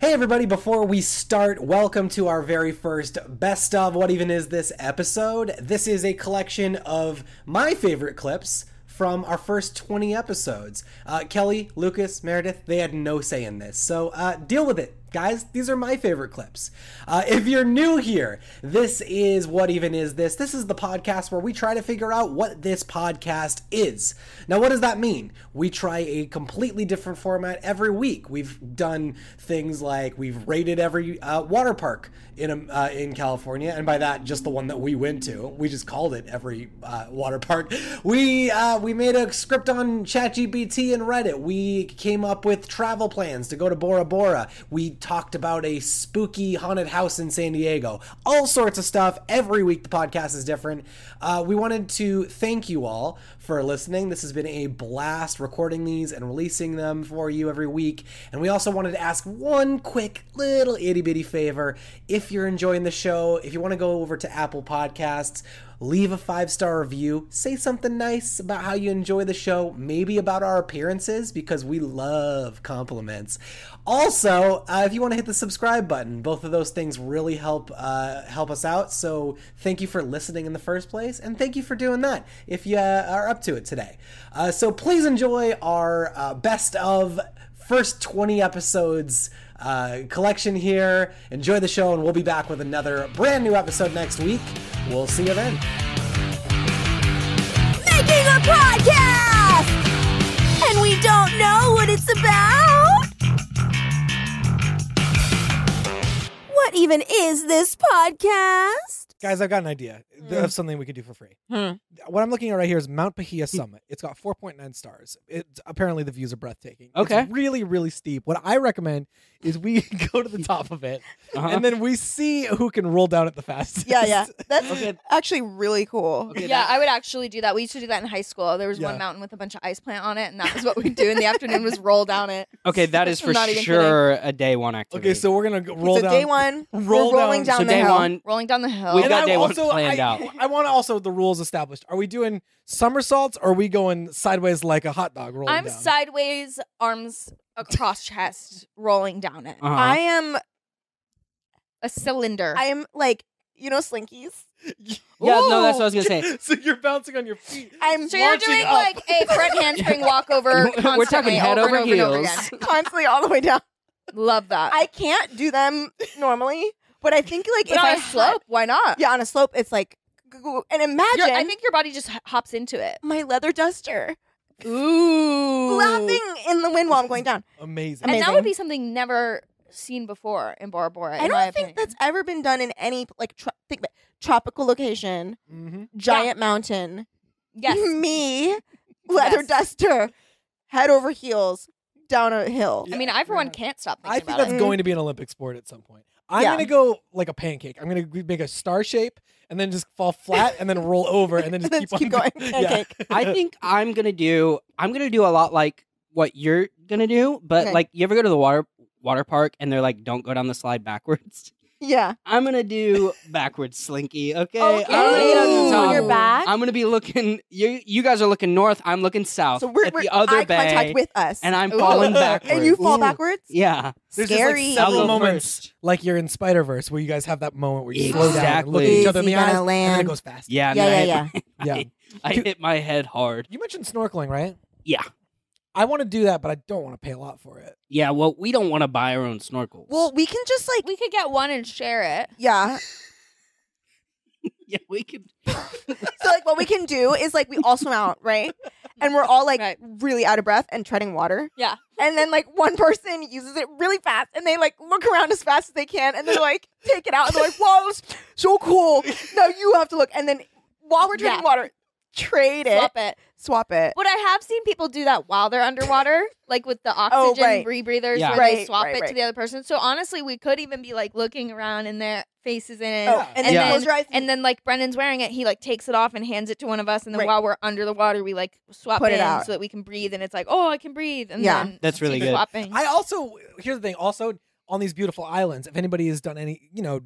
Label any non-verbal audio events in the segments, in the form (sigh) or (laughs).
Hey, everybody, before we start, welcome to our very first Best of What Even Is This episode. This is a collection of my favorite clips from our first 20 episodes. Uh, Kelly, Lucas, Meredith, they had no say in this, so uh, deal with it. Guys, these are my favorite clips. Uh, if you're new here, this is What Even Is This? This is the podcast where we try to figure out what this podcast is. Now, what does that mean? We try a completely different format every week. We've done things like we've rated every uh, water park in um, uh, in California, and by that, just the one that we went to. We just called it every uh, water park. We uh, we made a script on ChatGPT and Reddit. We came up with travel plans to go to Bora Bora. We talked about a spooky haunted house in San Diego. All sorts of stuff. Every week, the podcast is different. Uh, we wanted to thank you all for listening. This has been a blast recording these and releasing them for you every week. And we also wanted to ask one quick little itty bitty favor. If you're enjoying the show, if you want to go over to Apple Podcasts, leave a five star review, say something nice about how you enjoy the show, maybe about our appearances, because we love compliments. Also, uh, if you want to hit the subscribe button, both of those things really help uh, help us out. So thank you for listening in the first place, and thank you for doing that if you uh, are up to it today. Uh, so please enjoy our uh, best of first 20 episodes uh, collection here. Enjoy the show, and we'll be back with another brand new episode next week. We'll see you then. making a podcast! And we don't know what it's about? What even is this podcast? Guys, I've got an idea th- Mm. of something we could do for free. Hmm. What I'm looking at right here is Mount Bahia Summit. It's got 4.9 stars. It's apparently the views are breathtaking. It's Okay. really, really steep. What I recommend is we (laughs) go to the top of it and then we see who can roll down it the fastest. Uh-huh. Yeah, (laughs) yeah. That's Okay. actually really cool. Okay, yeah, that- I would actually do that. We used to do that in high school. There was Yeah. one mountain with a bunch of ice plant on it, and that was what we'd do in the afternoon was roll down it. (laughs) okay, that (laughs) is I'm for not even sure a day one activity. Okay, so we're gonna go- roll so down. day one, roll we're rolling down- down, So the day hill. one, Rolling down the hill. We And got I day one also, planned I, out. I want also the rules established. Are we doing somersaults? Or are we going sideways like a hot dog rolling I'm down? sideways, arms across chest, rolling down it. Uh-huh. I am, A cylinder. I am like, you know, slinkies. yeah, no, that's what I was gonna say. (laughs) so you're bouncing on your feet. I'm so you're marching doing up. like a (laughs) front handspring walkover. We're- We're talking constantly head over, over, and over, and over heels. (laughs) again. constantly all the way down. Love that. I can't do them normally, but I think like but if on I a had- slope, why not? yeah, on a slope, it's like, g- g- and Your- imagine I think your body just h- hops into it. my leather duster Ooh. flapping in the wind while I'm going down. Amazing. And that Amazing. would be something never seen before in Bora Bora. I in don't my think opinion. that's ever been done in any like tro- think about it, tropical location, mm-hmm. giant mountain. yes. (laughs) me, leather Yes. duster, head over heels, down a hill. I mean, I for one can't stop thinking I think about that's it. going to be an Olympic sport at some point. I'm Yeah. gonna go like a pancake. I'm gonna g- make a star shape and then just fall flat and then roll over and then just (laughs) Let's keep, keep on (laughs) going. Yeah. Pancake. I think I'm gonna do. I'm gonna do a lot like what you're gonna do, but Okay. like you ever go to the water water park and they're like, "Don't go down the slide backwards." (laughs) Yeah. I'm gonna do backwards slinky. Okay, Okay. I'm gonna get Oh, on Ooh. the top. On your back. I'm gonna be looking. You you guys are looking north. I'm looking south so we're, at we're the other eye bay, contact with us, and I'm Ooh. falling backwards. (laughs) and you fall Ooh. backwards. Yeah, There's just, like, Scary. I'll several go moments first. like you're in Spider Verse where you guys have that moment where you slow down and look at Exactly. each other in Is the he gonna eyes and then land? it goes fast. Yeah, and Yeah, then yeah, (laughs) yeah. I hit- I hit my head hard. You mentioned snorkeling, right? Yeah. I want to do that, but I don't want to pay a lot for it. Yeah, well, we don't want to buy our own snorkels. Well, we can just like We could get one and share it. yeah. (laughs) yeah, we could. So like, what we can do is like we all swim out, right? And we're all like Right. really out of breath and treading water. Yeah. And then like one person uses it really fast, and they like look around as fast as they can, and they like take it out, and they're like, "Wow, it's so cool!" Now you have to look, and then while we're treading Yeah. water, trade it. Swap it. swap it. But I have seen people do that while they're underwater, like with the oxygen Oh, right. rebreathers Yeah. where they Right, swap right, it to right. the other person. So honestly, we could even be like looking around and their faces in it. Oh, and then Yeah. close your eyes And then like Brendan's wearing it, he like takes it off and hands it to one of us, and then Right. while we're under the water, we like swap Put in it out. so that we can breathe, and it's like, oh, I can breathe, and Yeah. then That's really keep good. Swapping. I also here's the thing. Also on these beautiful islands, if anybody has done any, you know,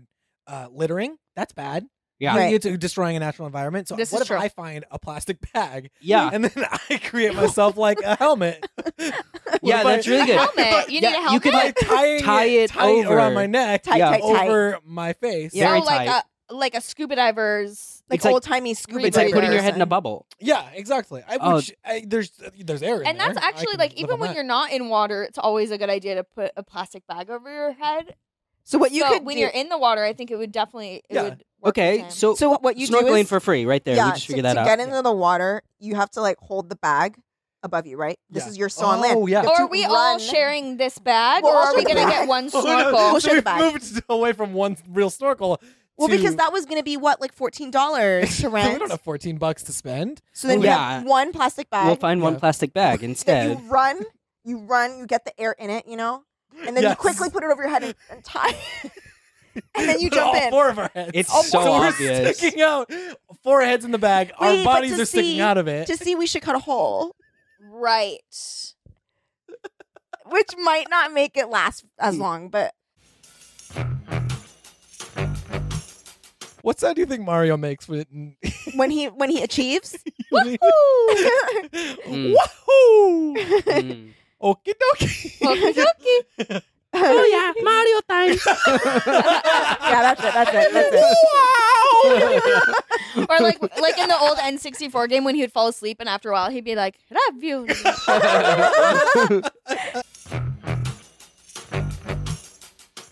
uh, littering, that's bad. Yeah. Right. It's destroying a natural environment. So This what is if true. I find a plastic bag (laughs) Yeah. and then (laughs) I create myself like a (laughs) helmet? Yeah, if that's really good. (laughs) Helmet. You need yeah, a you could, helmet? By tying Tie it tie it around over. my neck, Tight, Yeah. tight, tight. over my face. (laughs) Yeah. uh, Very oh, like tight. a like a scuba diver's. like It's like- old timey scuba. It's like putting your head in a person. bubble. Yeah, exactly. I, Oh. which, I, there's there's air in And that's there. I actually can like live even on when that. (laughs) you're not in water, it's always a good idea to put a plastic bag over your head. So what you so could when do, you're in the water, I think it would definitely it Yeah. would work the Okay, same. so, so what you do snorkeling is for free right there. yeah, we just to- figured that to out. get into the water, you have to like hold the bag above you, right? This Yeah. is your still on land. Oh, yeah. You have Or to are we all run- sharing this bag, We're or all are we sharing gonna the get bag. one (laughs) Oh, no, We'll snorkel? share we the bag. moved (laughs) away from one real snorkel. Well, to- because that was going to be what like fourteen dollars (laughs) to we rent. don't have 14 bucks to spend. so then Oh, you yeah. have one plastic bag. We'll find one Yeah. plastic (laughs) bag that instead. you run, you run, you get the air in it, you know, and then you Yes. quickly put it over your head and, and tie. and then you But jump (laughs) all in. Four of our heads. It's Oh, so so we're We're obvious. (laughs) sticking out. Four heads in the bag. Wait, Our but bodies to are sticking see- out (laughs) of it. to see, we should cut a hole, Right. which might not make it last as long, but what sound do you think Mario makes when? (laughs) when he when he achieves, when (laughs) he- woo! (laughs) Mm. Wahoo! Hmm. Mm. Okie dokie. Okey-dokey. Oh, yeah, Mario time. (laughs) yeah, that's it, that's it, that's (laughs) it. or like like in the old N64 game when he would fall asleep and after a while he'd be like, "Love (laughs) you." (laughs)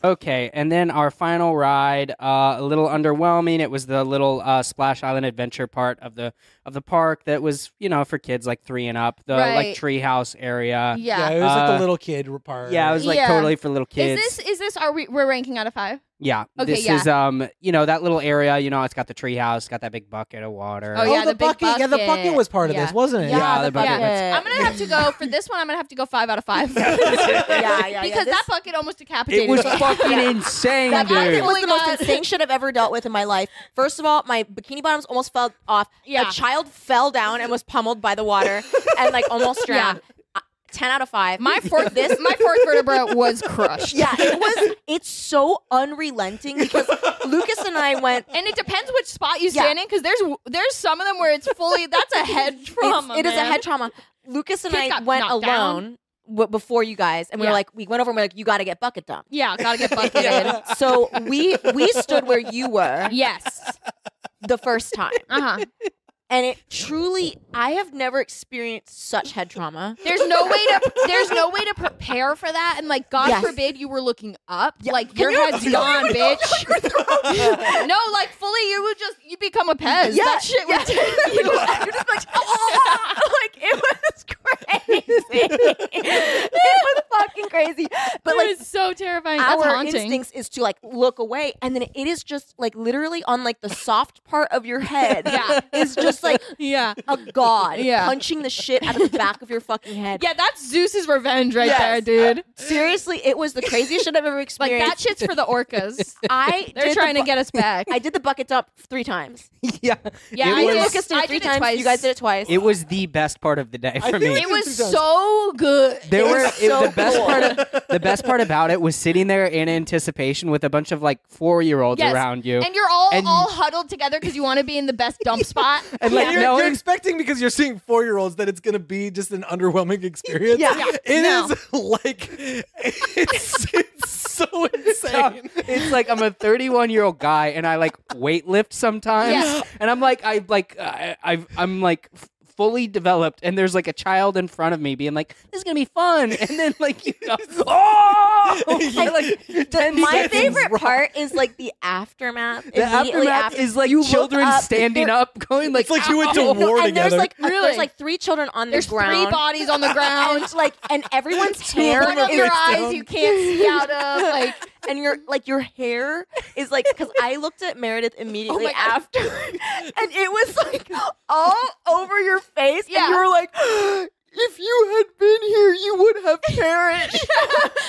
okay, and then our final ride, uh, a little underwhelming. It was the little uh, Splash Island adventure part of the of the park that was, you know, for kids like three and up. The like Right. treehouse area. yeah. yeah, it was like Uh, the little kid part. Yeah, it was like Yeah. totally for little kids. Is this is this are we we're ranking out of five? yeah, Okay, this yeah. is um, you know, that little area. You know, it's got the treehouse, it's got that big bucket of water. Oh, yeah, the, the big bucket. Yeah, the bucket bucket. was part of Yeah. this, wasn't it? Yeah, Yeah, the the bucket. bucket. Yeah. I'm gonna have to go for this one. I'm gonna have to go five out of five. Yeah, yeah, yeah. because this- that bucket almost decapitated It (laughs) was me. fucking insane, That bucket dude. was- was the most God. insane shit I've ever dealt with in my life. First of all, my bikini bottoms almost fell off. Yeah. A child fell down and was pummeled by the water and like (laughs) almost Yeah. drowned. Uh, Ten out of five. my fourth this my fourth vertebra was crushed. (laughs) yeah, it was. It's so unrelenting (laughs) because Lucas and I went. And it depends which spot you Yeah. stand in, because there's there's some of them where it's fully that's a head trauma. it's, it is a man. head trauma. Lucas and Kids I got went knocked alone w- before you guys, and we Yeah. were like, we went over and we're like, you got to get bucket dumped. Yeah, gotta get (laughs) bucketed. So we we stood where you were Yes. the first time, Uh huh. and it truly, I have never experienced such head trauma. There's no way to there's no way to prepare for that. And like, God Yes. forbid you were looking up. Like (laughs) Can your you- head's gone, bitch. (laughs) no, like fully you would just you become a pez. Yeah, that shit would take you. (laughs) You're just like, "Oh!" (laughs) like it was crazy. (laughs) it was fucking crazy. But like so terrifying. our instincts is to like look away, and then it is just like literally on like the soft part of your head. Yeah. (laughs) is just like Yeah. a god Yeah. punching the shit out of the back of your fucking head. Yeah, that's Zeus's revenge right Yes. there, (laughs) dude. Seriously, it was the craziest shit I've ever Like experienced. that shit's for the orcas. (laughs) I (laughs) They're did trying the to get us back. (laughs) I did the bucket dump three times. (laughs) yeah, Yeah, it I was. You and did. Lucas did I it three did it times. twice. You guys did it twice. It was the best part of the day for me. feel It was Sometimes. so good. There It were was so the best cool. part. Of, the (laughs) best part about it was sitting there in anticipation with a bunch of like four year olds Yes. around you, And you're all And- all huddled together because you want to be in the best (laughs) dump spot. And, like You're, no you're one, expecting because you're seeing four year olds that it's going to be just an underwhelming experience. Yeah. Yeah. it No. is (laughs) like it's, it's so insane. it's like I'm a 31 year old guy and I like weightlift sometimes, Yes. and I'm like I like uh, I, I've I'm like. f- Fully developed, and there's like a child in front of me being like, "This is gonna be fun," and then like, you know, (laughs) oh, I, like The- (laughs) (laughs) my seconds favorite wrong. part is like the aftermath. The immediately aftermath after. is like You look children up, (laughs) standing they're- up, going like, "Oh." It's like you went to "Ow." No, war and there's together. like a- Really? there's like three children on There's the ground. three bodies on the ground. (laughs) and like and everyone's (laughs) hair One of is- your eyes you can't (laughs) see out of. Like and your like your hair is like because I looked at (laughs) Meredith Oh immediately my God. after, and it was like all over your face, Yeah. and you were like, (gasps) "If you had been here, you would (laughs) have perished."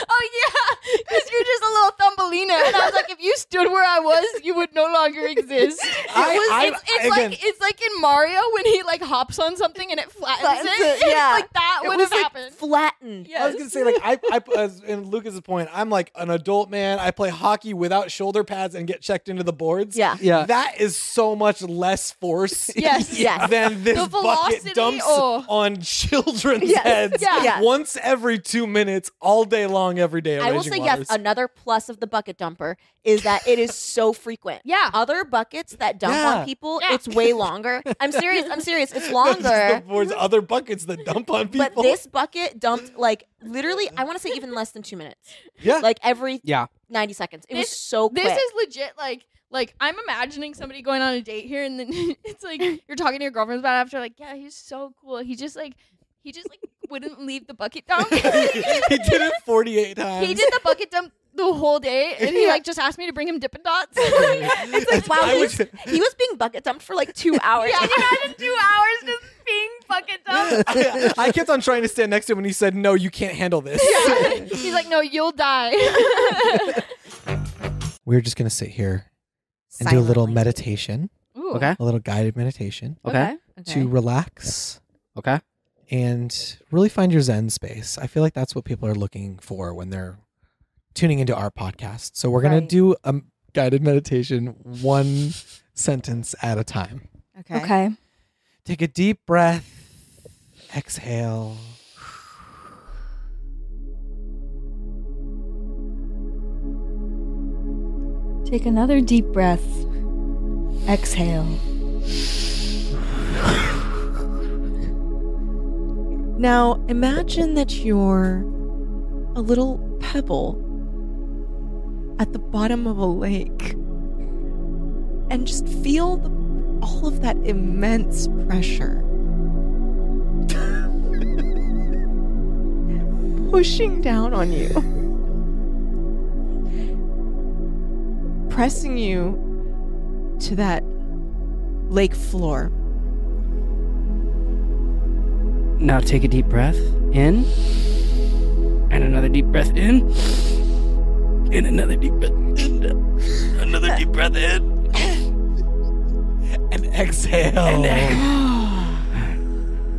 oh yeah, because you're just a little (laughs) Thumbelina. And I was like, if you stood where I was, you would no longer exist. I- It was- I- it's it's again. like it's like in Mario when he like hops on something and it flattens, Flattens it. (laughs) it, It's yeah. like that It would was have like happened. flattened. yes. I was gonna say, like, I, I as in Lucas's point, I'm like an adult man. I play hockey without shoulder pads and get checked into the boards. Yeah. Yeah. that is so much less force. (laughs) Yes. (laughs) Yes. Than this The velocity, bucket dumps oh. on (laughs) children's Yes. heads Yeah. Yeah. once every two minutes, all day long, every day. at I will Raging say Waters. yes. (laughs) Another plus of the bucket dumper is that it is so frequent. Yeah. Other buckets that dump Yeah. on people, Yeah. it's way longer. I'm serious. I'm (laughs) serious. It's That's just longer. the boards, other buckets that dump on people. But this bucket dumped like literally, I want to say even less than two minutes. yeah, Like every Yeah. 90 seconds. It was This- so quick. This is legit like like I'm imagining somebody going on a date here and then (laughs) it's (laughs) like you're talking to your girlfriends about it after like, yeah, he's so cool. He just like he just like wouldn't leave the bucket (laughs) (laughs) dump. (laughs) he did it 48 times. he (laughs) did the bucket dump the whole day and he like just asked me to bring him dippin' dots. (laughs) it's like wow, I he would- was, he was being bucket dumped for like two hours. yeah, you imagine two hours just being bucket (laughs) dumped. I, I kept on trying to stand next to him, and he said, "No, you can't handle this." (laughs) He's like, no, you'll die. We're just gonna sit here (laughs) and do a Silently. little meditation, (laughs) Ooh. Okay. a little guided meditation Okay. Okay. to relax Okay. and really find your zen space. I feel like that's what people are looking for when they're tuning into our podcast. So we're gonna Right. do a m- guided meditation, one sentence at a time. Okay. Take a deep breath. Exhale. Take another deep breath. Exhale. Now imagine that you're a little pebble at the bottom of a lake and just feel the, all of that immense pressure (laughs) pushing down on you, pressing you to that lake floor. Now take a deep breath in, and another deep breath in, and another deep breath in, another deep breath in. And exhale.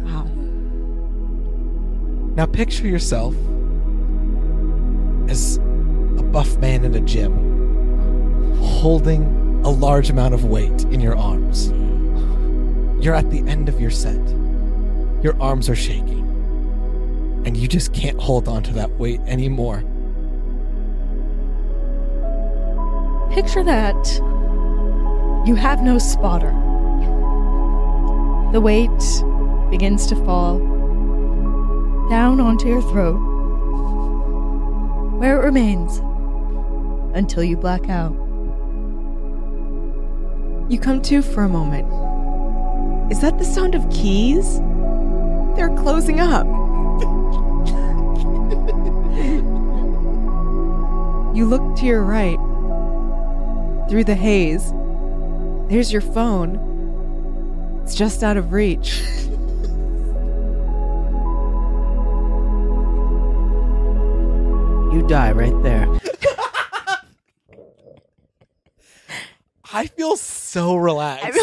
Wow. now picture yourself as a buff man in a gym holding a large amount of weight in your arms. You're at the end of your set. Your arms are shaking. And you just can't hold on to that weight anymore. Picture that you have no spotter. The weight begins to fall down onto your throat, where it remains until you black out. You come to for a moment. Is that the sound of keys? They're closing up. you look to your right. Through the haze, there's your phone. It's just out of reach. You die right there. I feel so relaxed.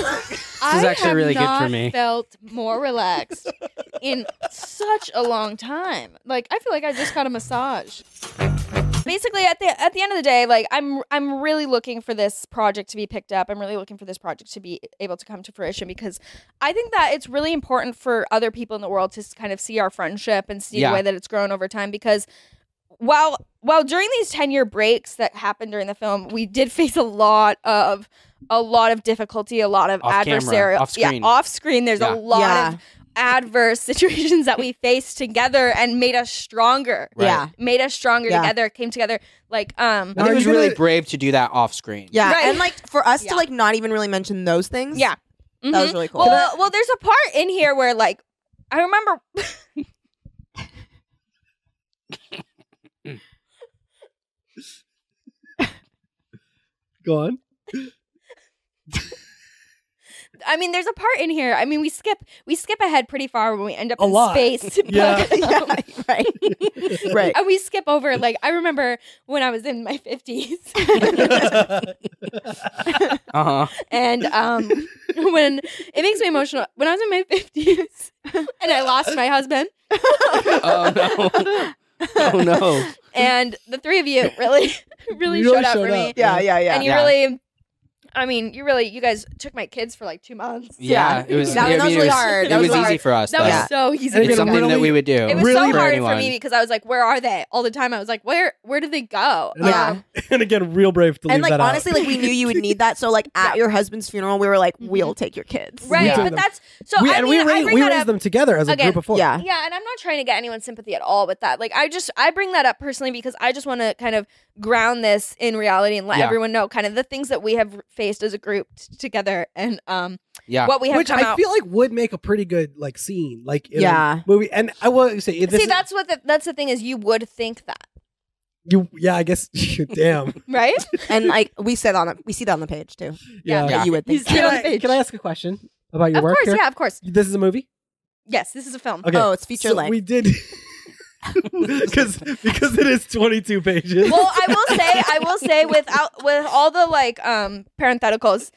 I actually have really good for not me. Felt more relaxed in such a long time. Like I feel like I just got a massage. Basically, at the at the end of the day, like I'm I'm really looking for this project to be picked up. I'm really looking for this project to be able to come to fruition because I think that it's really important for other people in the world to s- kind of see our friendship and see Yeah. the way that it's grown over time because while while during these 10 year breaks that happened during the film we did face a lot of a lot of difficulty a lot of Off camera, adversarial off screen. yeah off screen there's Yeah. a lot Yeah. of adverse (laughs) situations that we faced together and made us stronger Right. Yeah. made us stronger Yeah. together came together like um I think Are it was you really gonna- brave to do that off screen. Yeah. Right. And like for us Yeah. to like not even really mention those things. yeah That Mhm. was really cool. Well, well, there's a part in here where like I remember. (laughs) Go on. I mean, there's a part in here. I mean, we skip we skip ahead pretty far when we end up A in lot. space. Yeah. (laughs) (laughs) yeah, right, right. And we skip over like I remember when I was in my fifties, Uh huh. (laughs) and um, when it makes me emotional. When I was in my fifties, and I lost my husband, Oh no. Oh no. and the three of you really, (laughs) really, You really showed up showed for me. up. yeah, yeah, yeah. and you Yeah. really i mean you really you guys took my kids for like two months Yeah, it was. That I was- that mean, was it really hard. It That was, was easy hard. for us. that was though. so easy And to it's again, something that we would do. it was really so hard for me anyone. because i was like where are they all the time i was like where where do they go And, like, Um, (laughs) and again, real brave to leave and like that out. honestly, like we knew you would need that. So like (laughs) at your husband's funeral, we were like, we'll take your kids. Mm-hmm. right took but them. that's (laughs) so we, i and mean we, i raised, bring we that raised up them together as a Again, group of four. Yeah. yeah and i'm not trying to get anyone's sympathy at all with that like i just i bring that up personally because i just want to kind of ground this in reality and let Yeah. everyone know kind of the things that we have faced as a group t- together and um yeah. what we have Which come I out feel like would make a pretty good like scene, like in Yeah. a movie. And I will say, this see is- that's what the, that's the thing is you would (laughs) think that you, yeah, I guess, (laughs) damn, right And like we said on it, we see that on the page too. yeah. That you would think. He's cute. Can, That. on I, the page. can I ask a question about your of work course here? yeah of course This is a movie. Yes, this is (laughs) a film. Okay. Oh, it's feature so length. We (laughs) did because because it is twenty two pages. Well, I will say, I will say, without with all the like um parentheticals,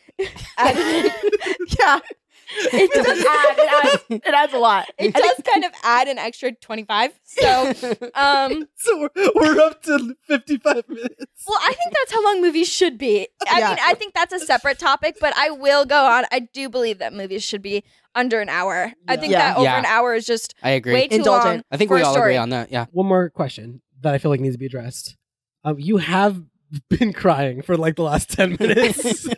added, (laughs) yeah, it does add, it adds, it adds a lot. (laughs) it does kind of add an extra twenty five. (laughs) So, um, so we're, (laughs) we're up to fifty five minutes. well, I think that's how long movies should be. I Yeah. mean, I think that's a separate topic, but I will go on. I do believe that movies should be under an hour. I think Yeah. that over Yeah. an hour is just I agree. way too Indulgent. long. I think for we a all story. agree on that. Yeah. One more question that I feel like needs to be addressed. Um, you have (laughs) been crying for like the last ten minutes.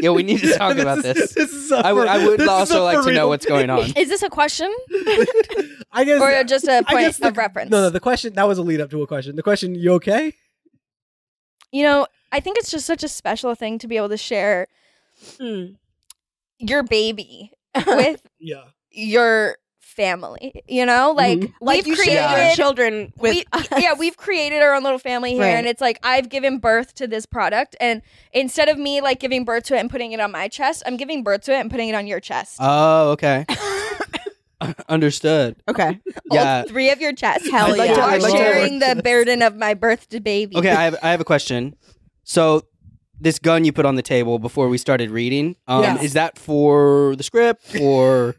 Yeah, we need (laughs) to talk about is- this. this is up I would. for- I would this is also up like for to know real. what's going on. Is this a question (laughs) I guess or just a I guess point the- of reference? No, no. The question that was a lead up to a question. The question, you okay? you know, I think it's just such a special thing to be able to share Hmm. your baby (laughs) with Yeah. your family. You know, like Mm-hmm. Like we've you created. created your children with. we, yeah, we've created our own little family here, Right. and it's like I've given birth to this product, and instead of me like giving birth to it and putting it on my chest, I'm giving birth to it and putting it on your chest, Oh, okay. Understood. (laughs) okay. Yeah. all three of your chests. You Hell I'd like yeah. to- are I'd like to- sharing the burden of my birth to baby. (laughs) Okay. I have. I have a question. So, this gun you put on the table before we started reading. Um, Yes. Is that for the script or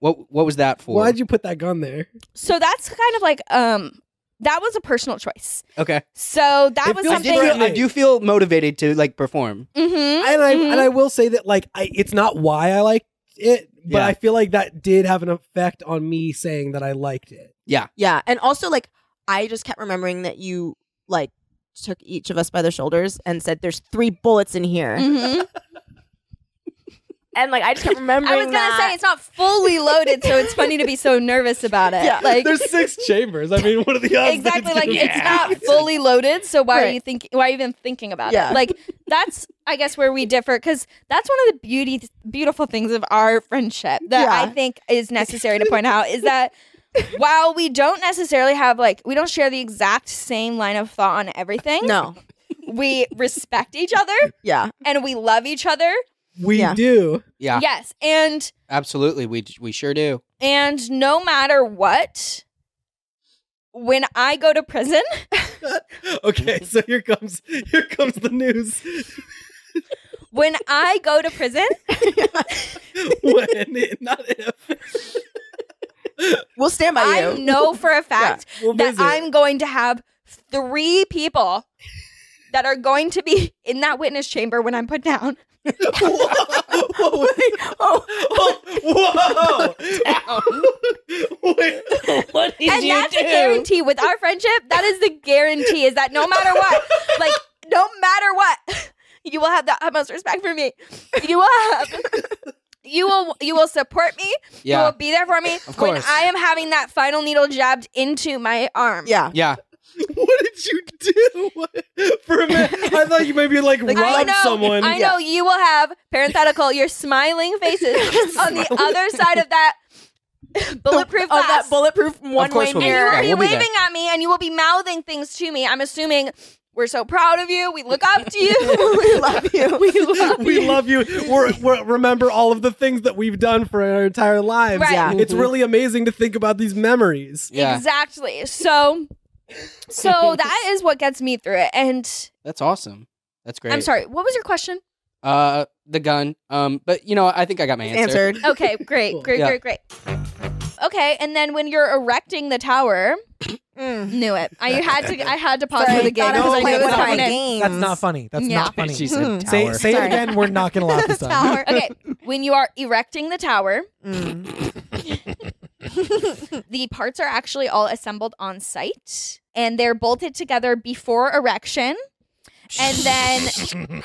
what? What was that for? Why'd you put that gun there? so that's kind of like um, that was a personal choice. Okay. So that It was feels I, something. did feel, I Right. do feel motivated to like perform. Mhm, and I mhm. and I will say that like I, it's not why I liked it, but Yeah. I feel like that did have an effect on me saying that I liked it. Yeah, and also like I just kept remembering that you like took each of us by the shoulders and said, "There's three bullets in here," Mhm. Mm-hmm. and like (laughs) I just kept remembering. I was gonna say it's not fully loaded, so it's funny to be so nervous about it. Yeah. like There's (laughs) six chambers. I mean, what are the odds? exactly like it's (laughs) not fully loaded. So why are Right. you think? Why are you even thinking about Yeah. it? Like that's I guess where we differ because that's one of the beauty beautiful things of our friendship that Yeah. I think (laughs) is necessary to point out is that. While we don't necessarily have like we don't share the exact same line of thought on everything, no. we respect each other Yeah, and we love each other. we Yeah. do. Yeah. Yes, and Absolutely. We we sure do. And no matter what, when I go to prison, Okay, so here comes here comes the (laughs) news. when I go to prison, when it, not if we'll stand by I you. know for a fact we'll that visit. I'm going to have three people that are going to be in that witness chamber when I'm put down. whoa, whoa, wait. (laughs) (laughs) Oh, Oh, whoa. (laughs) Wait. What did and that's a guarantee with our friendship. That is the guarantee is that no matter what, like, no matter what, (laughs) you will have the utmost respect for me. You will have. You will you will support me. You Yeah. will be there for me Of when course. I am having that final needle jabbed into my arm. yeah. Yeah. What did you do? For a minute, I thought you maybe like, Like, I robbed know, someone. I know you will have parenthetical, your smiling faces on the other side of that bulletproof Oh, glass. that bulletproof one course way we'll be- and you mirror. will Yeah, be we'll be there. waving at me and you will be mouthing things to me. I'm assuming We're so proud of you. We look up to you. (laughs) we (laughs) love you. we love (laughs) we love you. We're, we're remember all of the things that we've done for our entire lives. Right. Yeah. It's really amazing to think about these memories. (laughs) Yeah, Exactly. So so that is what gets me through it. And that's awesome. That's great. I'm sorry, what was your question? Uh, the gun. Um, but you know, I think I got my answer. Answered. Okay, great, great, Yeah. great, great. Okay, and then when you're erecting the tower, Mm. knew it. I had to I had to pause Sorry, for the game thought I because was I knew playing it was with coming my in. games. That's not funny. That's Yeah. not funny. She (laughs) said Say, tower. say it Sorry. again. We're not going to laugh this (laughs) time. Tower. Okay, when you are erecting the tower, Mm. (laughs) the parts are actually all assembled on site and they're bolted together before erection. And then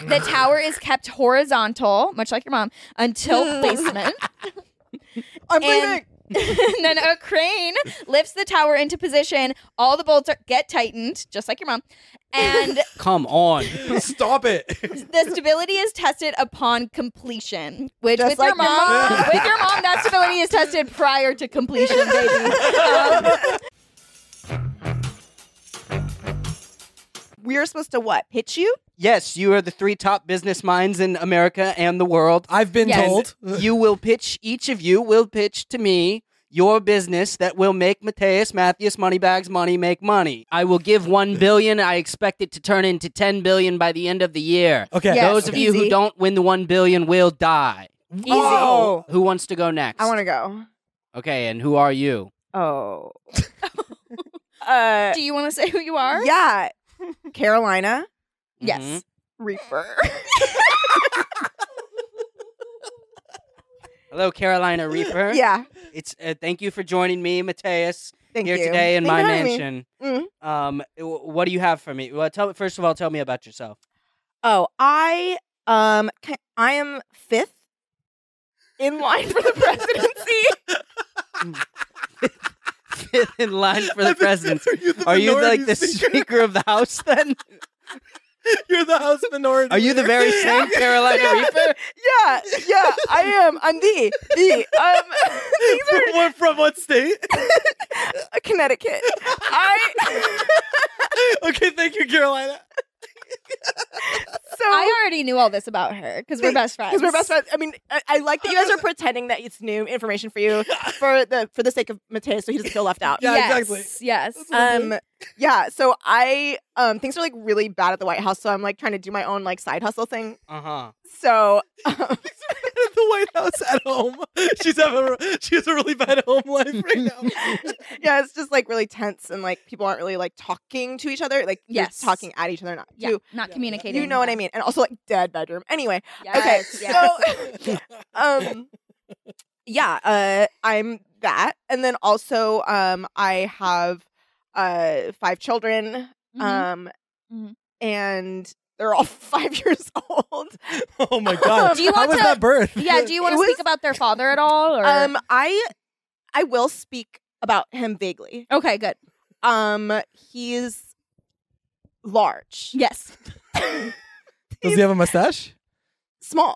the tower is kept horizontal, much like your mom, until placement. I'm And- leaving. and (laughs) then a crane lifts the tower into position. All the bolts are, get tightened, just like your mom. And Come on. Stop it. the stability is tested upon completion. Which Just with your like your mom, mom. with your mom, that stability is tested prior to completion, baby. (laughs) Um, We are supposed to what? Hit you? yes, you are the three top business minds in America and the world. I've been Yes. told. you will pitch. Each of you will pitch to me your business that will make Mateus Matthias Moneybags money make money. I will give one billion. I expect it to turn into ten billion by the end of the year. Okay. Yes. Those of you who easy. don't win the one billion will die. Easy. Who wants to go next? I want to go. Okay, and who are you? Oh. (laughs) uh, (laughs) do you want to say who you are? yeah. Carolina Yes. Mhm. Reaper. Hello, Carolina Reaper. yeah. It's uh, thank you for joining me, Mateus, Thank here you. today in Thank my you for having me. Mm-hmm. mansion. Um, w- what do you have for me? Well, tell first of all, tell me about (laughs) yourself. (laughs) Oh, I um ca- I am fifth in line (laughs) for the presidency. in line for the presidency. Are you, the Are you like the minority speaker? of the (laughs) house? Then (laughs) You're the House minority. are you the very same Carolina (laughs) Reaper? yeah, yeah, I am. I'm the the um (laughs) these From what, from what state? (laughs) are Connecticut. I okay, thank you, Carolina. (laughs) (laughs) so I already knew all this about her because we're best friends. because we're best friends. I mean, I, I like that you guys are pretending that it's new information for (laughs) you for the for the sake of Mateus, so he doesn't feel left out. Yeah, yes, exactly. Yes. Uh, um yeah so i um things are like really bad at the white house so i'm like trying to do my own like side hustle thing Uh huh. so At the White House at home. (laughs) She's having a, she has a really bad home life right now. yeah it's just like really tense and like people aren't really like talking to each other like you're Yes. talking at each other not yeah, to not communicating. you know what i mean and also like dead bedroom anyway okay Yes, yes. so (laughs) (laughs) um yeah uh i'm that and then also um i have uh five children Mhm. Mm-hmm. um Mhm. and they're all (laughs) five years old (laughs) Oh my god. Do you How want was to- that birth? yeah. Do you want It to was- speak about their father at all? Or Um, I I will speak about him vaguely. okay, good. Um, he's large, Yes, Does he have a mustache? small,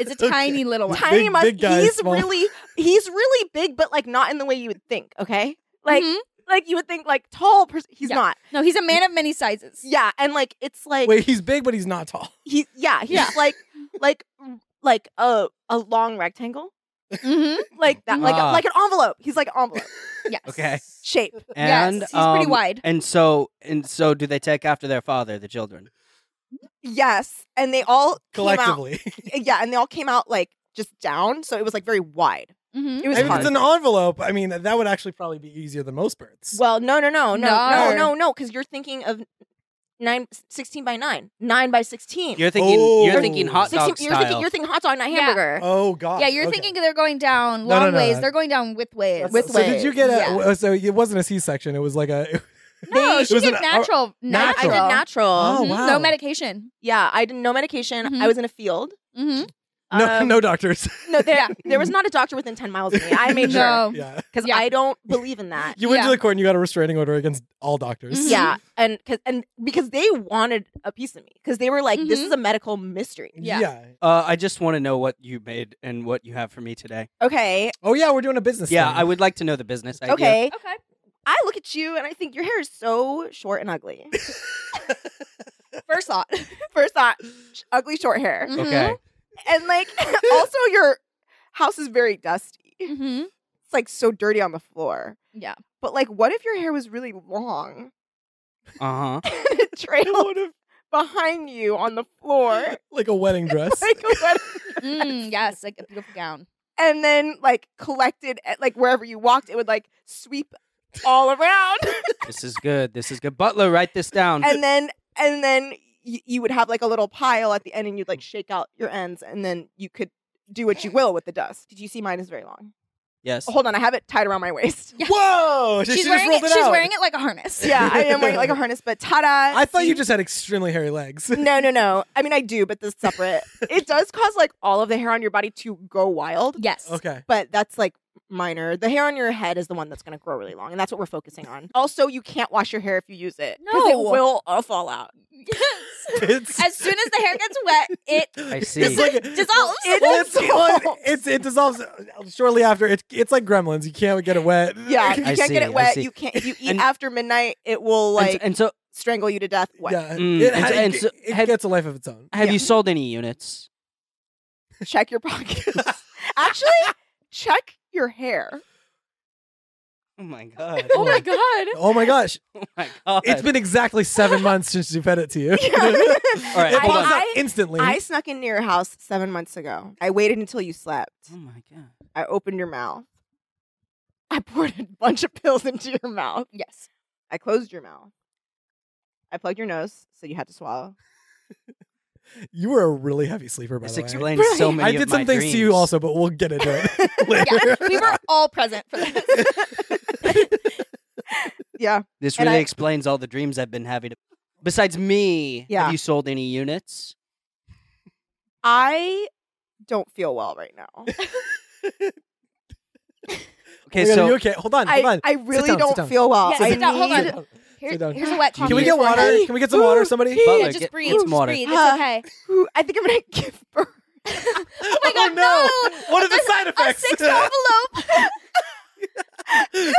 it's a (laughs) Okay. tiny little one. tiny. Big- must- big guy, he's small. really he's really big, but like not in the way you would think. Okay, like Mm-hmm. Mhm. like you would think like tall person. He's Yeah. not. no, he's a man of many sizes. Yeah, and like it's like Wait, he's big, but he's not tall. he's (laughs) yeah he's Yeah. like like like a a long rectangle hmm like that like Ah. like an envelope. He's like an envelope Yes. Okay. shape. Yes, And he's pretty um, wide. And so and so, do they take after their father, the children? Yes, and they all Came out, (laughs) Collectively. yeah, and they all came out like just down, so it was like very wide. Mhm. It Mm-hmm. was I mean, hard. it's an envelope. I mean, that would actually probably be easier than most births. well, no, no, no, no, no, No. no, no, because you're thinking of nine, 16 by nine, nine by sixteen. You're thinking. You're thinking Oh. hot dog 16 you're thinking style. you're thinking hot dog, not Yeah. hamburger. oh god. yeah, you're okay. thinking they're going down No, long no, no, ways. no. They're going down with ways. With so ways. did you get a? Yeah. w- So it wasn't a C-section. It was like a. (laughs) No, It she was did an- natural. I Natural. did natural. Oh, Mhm. wow. No medication. Yeah, I did no medication. Mhm. I was in a field. hmm No, Um, no (laughs) doctors. no, (laughs) there, Yeah. there was not a doctor within ten miles of me. I made sure (laughs) No. yeah. because Yeah. I don't believe in that. You went um, Yeah. to the court and you got a restraining order against all doctors. Mhm. Yeah, and because and because they wanted a piece of me because they were like, this Mhm. is a medical mystery. Yeah. Uh, I just want to know what you made and what you have for me today. Okay, Oh yeah, we're doing a business. yeah, thing. (laughs) I would like to know the business. Idea. okay. Okay. I look at you and I think your hair is so short and ugly. First thought. First thought, (laughs) sh- ugly short hair. Mhm. Okay. And like (laughs) also your house is very dusty. It's Mhm. like so dirty on the floor. Yeah. But like what if your hair was really long (laughs) Mm-hmm. Uh huh. and it trailed behind you on the (laughs) (laughs) floor? (laughs) like a wedding (laughs) dress. Like what Mm, yes, like a beautiful gown. and then like collected at like wherever you walked, it would like sweep all around. This is good. This is good. Butler, write this down. and then and then y- you would have like a little pile at the end and you'd like shake out your ends and then you could do what you will with the dust. Did you see mine is very long? yes. Oh, hold on, I have it tied around my waist. (laughs) Oh, Whoa! She, She's she wearing just rolled it, it, she's out. wearing it like a harness. Yeah, I am wearing like a harness, but ta-da. I thought you See? just had extremely (laughs) hairy legs. No, no, no. I mean I do, but this is (laughs) separate. it does cause like all of the hair on your body to go wild, Yes. Okay. but that's like minor. The hair on your head is the one that's going to grow really long, and that's what we're focusing on. Also, you can't wash your hair if you use it 'cause it No. will all fall out. Yes. (laughs) It's As soon as the hair gets wet, it I (laughs) see. It's (laughs) like (laughs) dissolves. well, it's on- dissolves. it's it dissolves shortly after. It's it's like gremlins. You can't get it wet. (laughs) Yeah, you yeah. I can't get see, I it wet. see. You can't. If you eat And- after midnight, it will And so- like and so strangle you to death. What? Mm, it, and so- it- and so- it have- gets a life of its own. Have Yeah. you sold any units? Check (laughs) your pockets. Actually, check your hair. Oh my (laughs) god. oh my god. Oh my gosh! Oh my god. It's been exactly seven months since she fed it to you. (laughs) (laughs) All right, It hold pops out on. I- (laughs) instantly. I snuck into your house seven months ago. I waited until you slept. Oh my god. I opened your mouth. I poured a bunch of pills into your mouth. Yes. I closed your mouth. I plugged your nose, so you had to swallow. you were a really heavy sleeper, by This the way. explains so many I of did my some things to you dreams. also, but we'll get (laughs) into it later. We were all present for that. Yeah. This And really I- explains all the dreams I've been having. Besides me, Yeah. have you sold any units? I don't feel well right now. (laughs) Okay, Leanna, so you okay? Hold on, hold I, on. I down, really sit don't down. feel well. Yeah, I sit down, hold need- on. Sit down. Here, Sit down. here's a wet Can we your get water? forehead. Can we get some water? Somebody. Butler, Yeah, just get, breathe. get some just water. breathe. Huh. It's okay. Ooh, I think I'm gonna (laughs) give birth. Oh my god, no! What are the That's side A effects? six envelope. (laughs)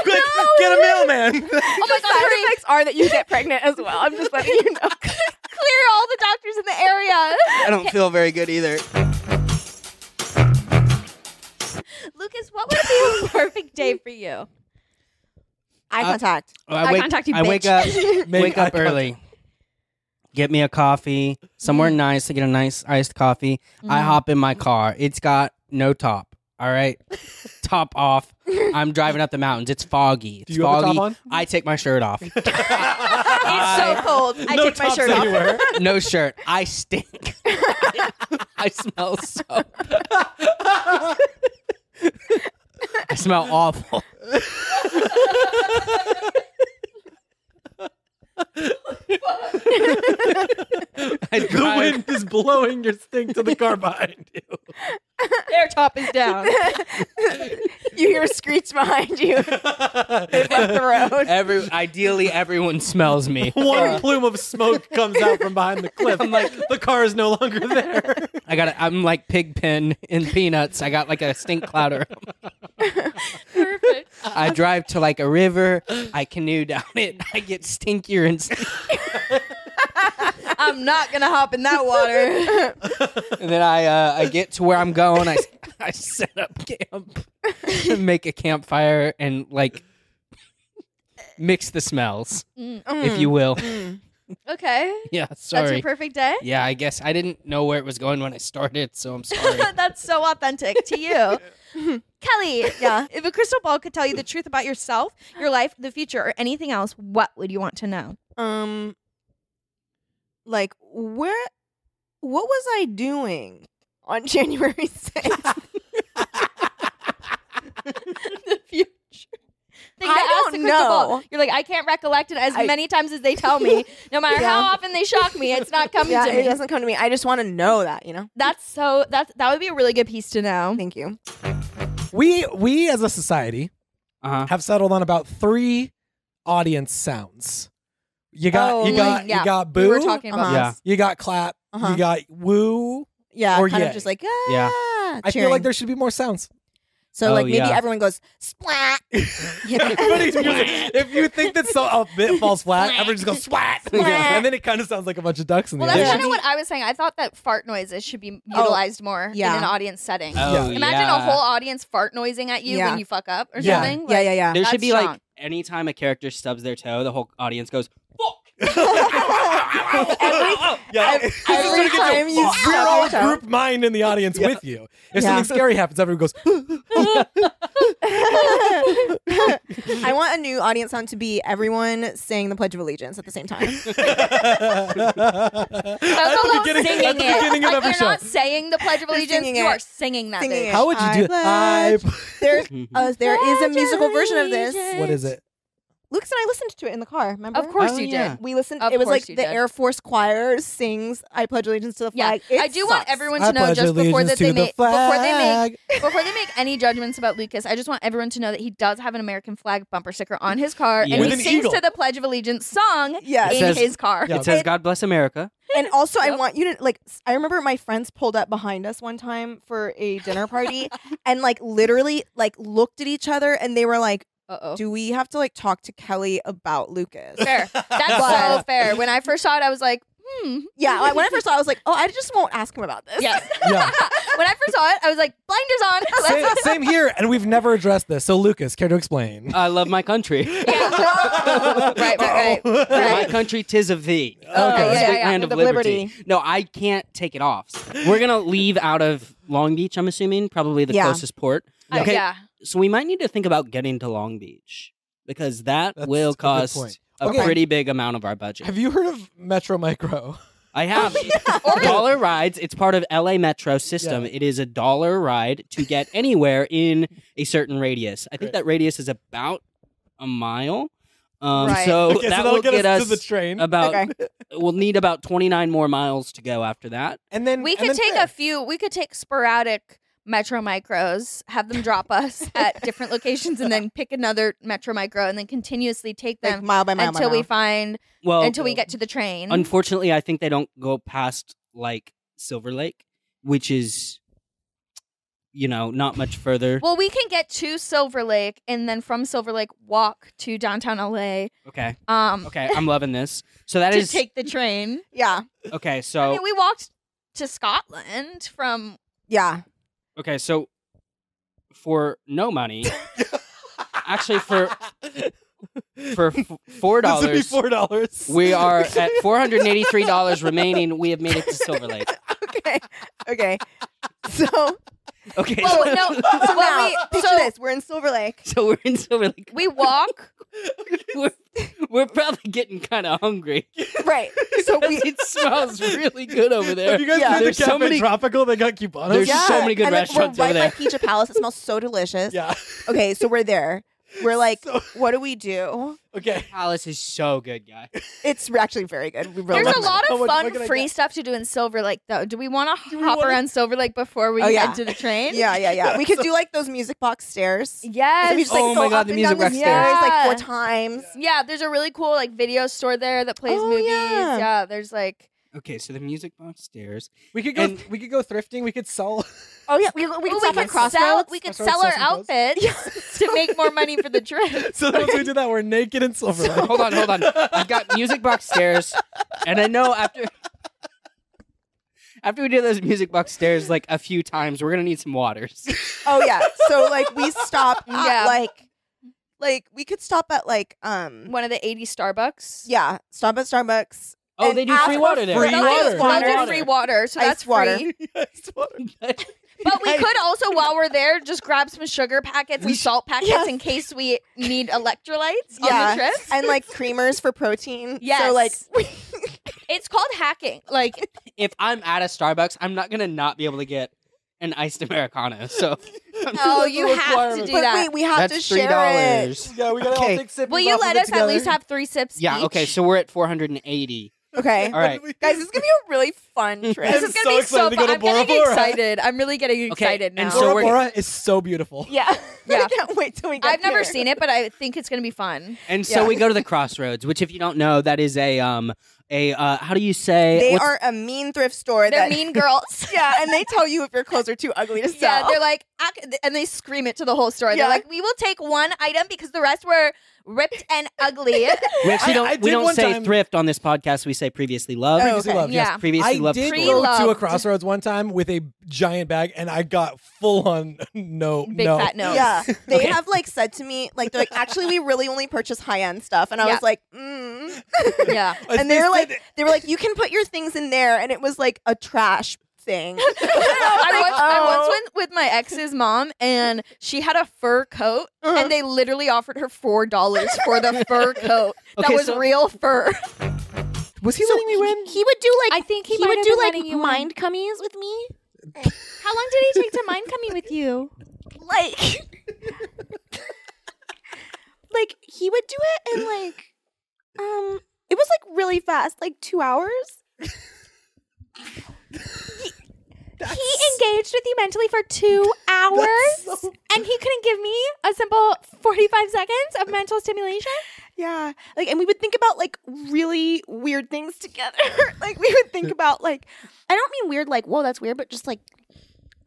Quick, get a mailman. Oh my god, side hurry. effects are that you get pregnant as well. I'm just letting you know. Clear all the doctors in the area. I don't feel very good either. (laughs) Lucas, what would be (laughs) a perfect day for you? Eye Uh, contact. I contact you, I wake up. Make wake up eye contact. early. Get me a coffee somewhere nice to get a nice iced coffee. I hop in my car. It's got no top. All right, top off. I'm driving up the mountains. It's foggy. It's Do you have a foggy. top on? I take my shirt (laughs) off. It's so (laughs) cold. I no take my tops shirt off. anywhere. (laughs) no shirt. I stink. (laughs) I smell so. (laughs) I smell awful. I the drive- wind is blowing your stink to the car (laughs) behind you. Their top is down. You hear a screech behind you. They've left the road. Every ideally, everyone smells me. One plume of smoke comes out from behind the cliff. I'm like, the car is no longer (laughs) there. I got. to I'm like Pigpen in Peanuts. I got like a stink cloud around. Perfect. I drive to like a river. I canoe down it. I get stinkier and, stink- I'm not gonna hop in that (laughs) water. and then I uh, I get to where I'm (laughs) going. I (laughs) I set up camp, (laughs) make a campfire, and like mix the smells, if you will. Mm, (laughs) Mm, Okay. Yeah, Hmm. That's sorry. your perfect day? yeah, I guess I didn't know where it was going when I started, so (laughs) I'm sorry. That's so authentic to you. (laughs) Kelly, yeah. If a crystal ball could tell you the truth about yourself, your life, the future, or anything else, what would you want to know? Um, like where? What was I doing on (laughs) January 6th? (laughs) the future. Thing I to ask don't the crystal ball. know. You're like, I can't recollect it as I- many times as they tell me. No (laughs) matter Yeah. how often they shock me, it's not coming yeah, to it me. doesn't (laughs) come to me. I just want to know that, you know. That's so that's that would be a really good piece to know. Thank you. We we as a society Uh-huh. have settled on about three audience sounds. You got Oh, you got yeah. you got boo. We uh, were talking about Uh-huh. Yeah. you got clap. Uh-huh. You got woo. Yeah, Or kind yay. of just like Yeah. ah, I feel like (laughs) cheering. there should be more sounds. So Oh, like maybe yeah. everyone goes splat. Everybody's music. If you think that so a bit falls flat, everyone just goes splat, Yeah. and then it kind of sounds like a bunch of ducks in the Well, that's air. kind of what I was saying. I thought that fart noises should be Oh, utilized more yeah. in an audience setting. Oh, Imagine yeah. a whole audience fart noising at you Yeah. when you fuck up or Yeah. something. yeah, Like, yeah, yeah. There should That's be strong. like anytime a character stubs their toe, the whole audience goes, (laughs) yeah. Every, every time you Oh, We're all stub your toe. group mind in the audience with you. If Yeah. something scary happens, everyone (laughs) goes. (laughs) (laughs) I want a new audience song to be everyone saying the Pledge of Allegiance at the same time. I was at the alone beginning, singing at the it. beginning of Like, every you're show. not saying the Pledge of You're Allegiance. singing You it. are singing that. Singing bitch. it. How would you do it? I. pledge- (laughs) There's Mm-hmm. uh, there is a Pledge musical of version of this. Allegiance. What is it? Lucas and I listened to it in the car. Remember? Of course Oh, you did. yeah. we listened. Of it was course like the you did. Air Force Choir sings "I Pledge Allegiance to the Yeah, Flag." It I do want sucks. everyone I to know pledge just before allegiance that to they the make before they make flag. (laughs) before they make any judgments about Lucas. I just want everyone to know that he does have an American flag bumper sticker on his car, Yeah. and With he an sings eagle. to the Pledge of Allegiance song Yes. in It says- his car. Yeah. "It says It- God bless America." (laughs) And also, I Yep. want you to like. s- I remember my friends pulled up behind us one time for a (laughs) dinner party, and like literally like looked at each other, and they were like, Uh oh. "Do we have to like talk to Kelly about Lucas?" (laughs) Fair. That's But- so fair. When I first saw it, I was like, hmm. (laughs) (laughs) yeah. I- When I first saw, it, I was like, "Oh, I just won't ask him about this." Yes. Yeah. when I first saw it, I was like, blinders on. Same, Let's- same here, and we've never addressed this. So, Lucas, care to explain? I love (laughs) my country. Yeah. (laughs) right, right, right. my country tis of thee. Oh, This yeah, great yeah, land of of liberty. liberty. No, I can't take it off. We're gonna leave out of Long Beach. I'm assuming probably the Yeah. closest port. Uh, (laughs) Okay, yeah. so we might need to think about getting to Long Beach because that That's a will good point. cost a Okay. pretty big amount of our budget. Have you heard of Metro Micro? I have (laughs) (laughs) dollar rides. It's part of LA Metro system. Yeah. It is a dollar ride to get anywhere in a certain radius. I think that radius is about a mile. Um, Right. So Okay, so that that'll will get us to the us train. Mm-hmm. about. uh, Okay. We'll need about twenty nine more miles to go after that. And then We and could then take there. a few, we could take sporadic Metro Micros, have them drop us at different locations, and then pick another Metro Micro and then continuously take (laughs) Like them mile by mile. by until we mile. find, Well, until we get to the train. Unfortunately, I think they don't go past like Silver Lake, which is, you know, not much further. well, we can get to Silver Lake and then from Silver Lake walk to downtown LA. okay, Um, okay, I'm loving this. So that to is take the train. yeah, okay. I So mean, we walked to Scotland from. yeah. (laughs) Okay, so for no money, actually for (laughs) for f- four This would be dollars, four dollars. (laughs) we are at four hundred and eighty three dollars remaining. We have made it to (laughs) Silver Lake. Okay, okay. So, Okay, Well, (laughs) so, no, so now well, we, picture so this: we're in (laughs) Silver Lake. so we're in Silver Lake. we (laughs) walk. We're, we're probably getting kind of hungry. Right. So we it smells really good over there. Have you guys Yeah. been There's to so Cafe many- Tropical? They got Cubanos. There's so many good and then restaurants we're over right there. by Pizza Palace. It smells so (laughs) delicious. yeah. (laughs) Okay, so we're there. We're like, So- what do we do? Okay. Alice is so good, guy. It's actually very good. We really There's a lot love How of much- fun what can I free get? stuff to do in Silver Lake, though. Do we want to we hop wanna- around Silver Lake before we Oh, head yeah. to the it. train? Yeah, yeah, yeah. We could do like those music box stairs. Yes. So we just like Oh go my God, up the and music down the box stairs stairs. like four Yeah. times. yeah, there's a really cool like video store there that plays Oh, movies. yeah. Yeah. there's like Okay, so the music box stairs. We could go. And- we could go thrifting. We could sell. (laughs) Oh yeah, we, we Ooh, could stop we at could sell Crossroads. we could Crossroads sell our sells some (laughs) outfits to make more money for the trip. So then once we do that, we're naked and silver. Lake. Hold on, hold on. I've got music box stairs, and I know after after we do those music box stairs like a few times, we're gonna need some waters. Oh yeah. So like we stop at Yeah. like like we could stop at like um One of the 80 Starbucks. yeah, stop at Starbucks. Oh, And they do ask free for water there. free Those water. are- those are Water. free water, (laughs) so Ice that's water. free. Yes, water. (laughs) (laughs) But we Guys. could also, while we're there, just grab some sugar packets and salt packets Yes. in case we need electrolytes Yeah. on the trip. And like creamers for protein. Yes. So like (laughs) It's called hacking. Like, If I'm at a Starbucks, I'm not gonna not be able to get an iced americano. So (laughs) oh, you have to requirement. do but that. wait, we have to that's three share it. dollars. (laughs) Yeah, we gotta Okay. all take sips. Will you let us at least have three sips? Yeah. each? Okay. So we're at 480. Okay. All right. (laughs) Guys, this is gonna be a really (laughs) fun trip. this I'm is gonna so be excited so to fun. go to I'm getting Bora Bora. excited. I'm really getting excited now. and so Bora we're- Bora is so (laughs) beautiful. Yeah. Yeah. I can't wait till we get I've never there. seen it, but I think it's gonna be fun. And so Yeah. we go to the crossroads, which, if you don't know, that is a um a uh, how do you say? They what's- are a mean thrift store. They're that- mean girls. (laughs) Yeah, and they tell you if your clothes are too ugly to sell. (laughs) Yeah, they're like, "I c- and they scream it to the whole store. Yeah. They're like, we will take one item because the rest were ripped and (laughs) ugly. (laughs) We I- actually don't. I we did don't one say time- thrift on this podcast. We say previously loved. Oh, Previously okay. loved, yes. yeah. Previously I loved. did store. go to a Pre-loved. crossroads one time with a giant bag, and I got full on (laughs) no, Big no. fat nose. Yeah, (laughs) they Okay. have like said to me, like they're like, actually, we really only purchase high end stuff, and I Yeah. was like, (laughs) mm. Yeah. As and they they were said like, it. they were like, you can put your things in there, and it was like a trash thing. (laughs) (laughs) (laughs) I, once, I once Oh. went with my ex's mom, and she had a fur coat, Uh-huh. and they literally offered her four dollars for (laughs) the fur coat that Okay, was so- real fur. was he letting me win? He would do I like think he, he, might would have do been like letting you mind cummies with me. in. How long did he take to mind coming with you? Like, like he would do it in like, um, it was like really fast, like two hours. He engaged with you mentally for (laughs) two hours, and he couldn't give me a simple forty-five seconds of mental stimulation. yeah, Like, and we would think about like really weird things together. (laughs) like, we would think about like, I don't mean weird, like, whoa, that's weird, but just like,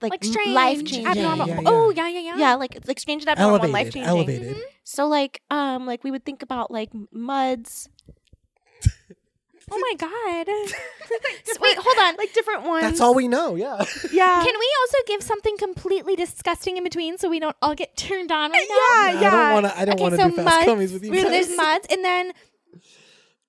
like, Like strange, life changing, abnormal. yeah, yeah. Oh yeah, yeah, yeah. yeah, like it's like strange and abnormal, Elevated, life changing. elevated. So like, um, like we would think about like muds, Oh (laughs) my god. So wait, hold on. like different (laughs) ones. That's all we know. Yeah. Yeah. Can we also give something completely disgusting in between so we don't all get turned on right now? yeah, yeah. I don't want to. I don't Okay, want to so do muds- fast gummies with you. we- So guys. there's muds and then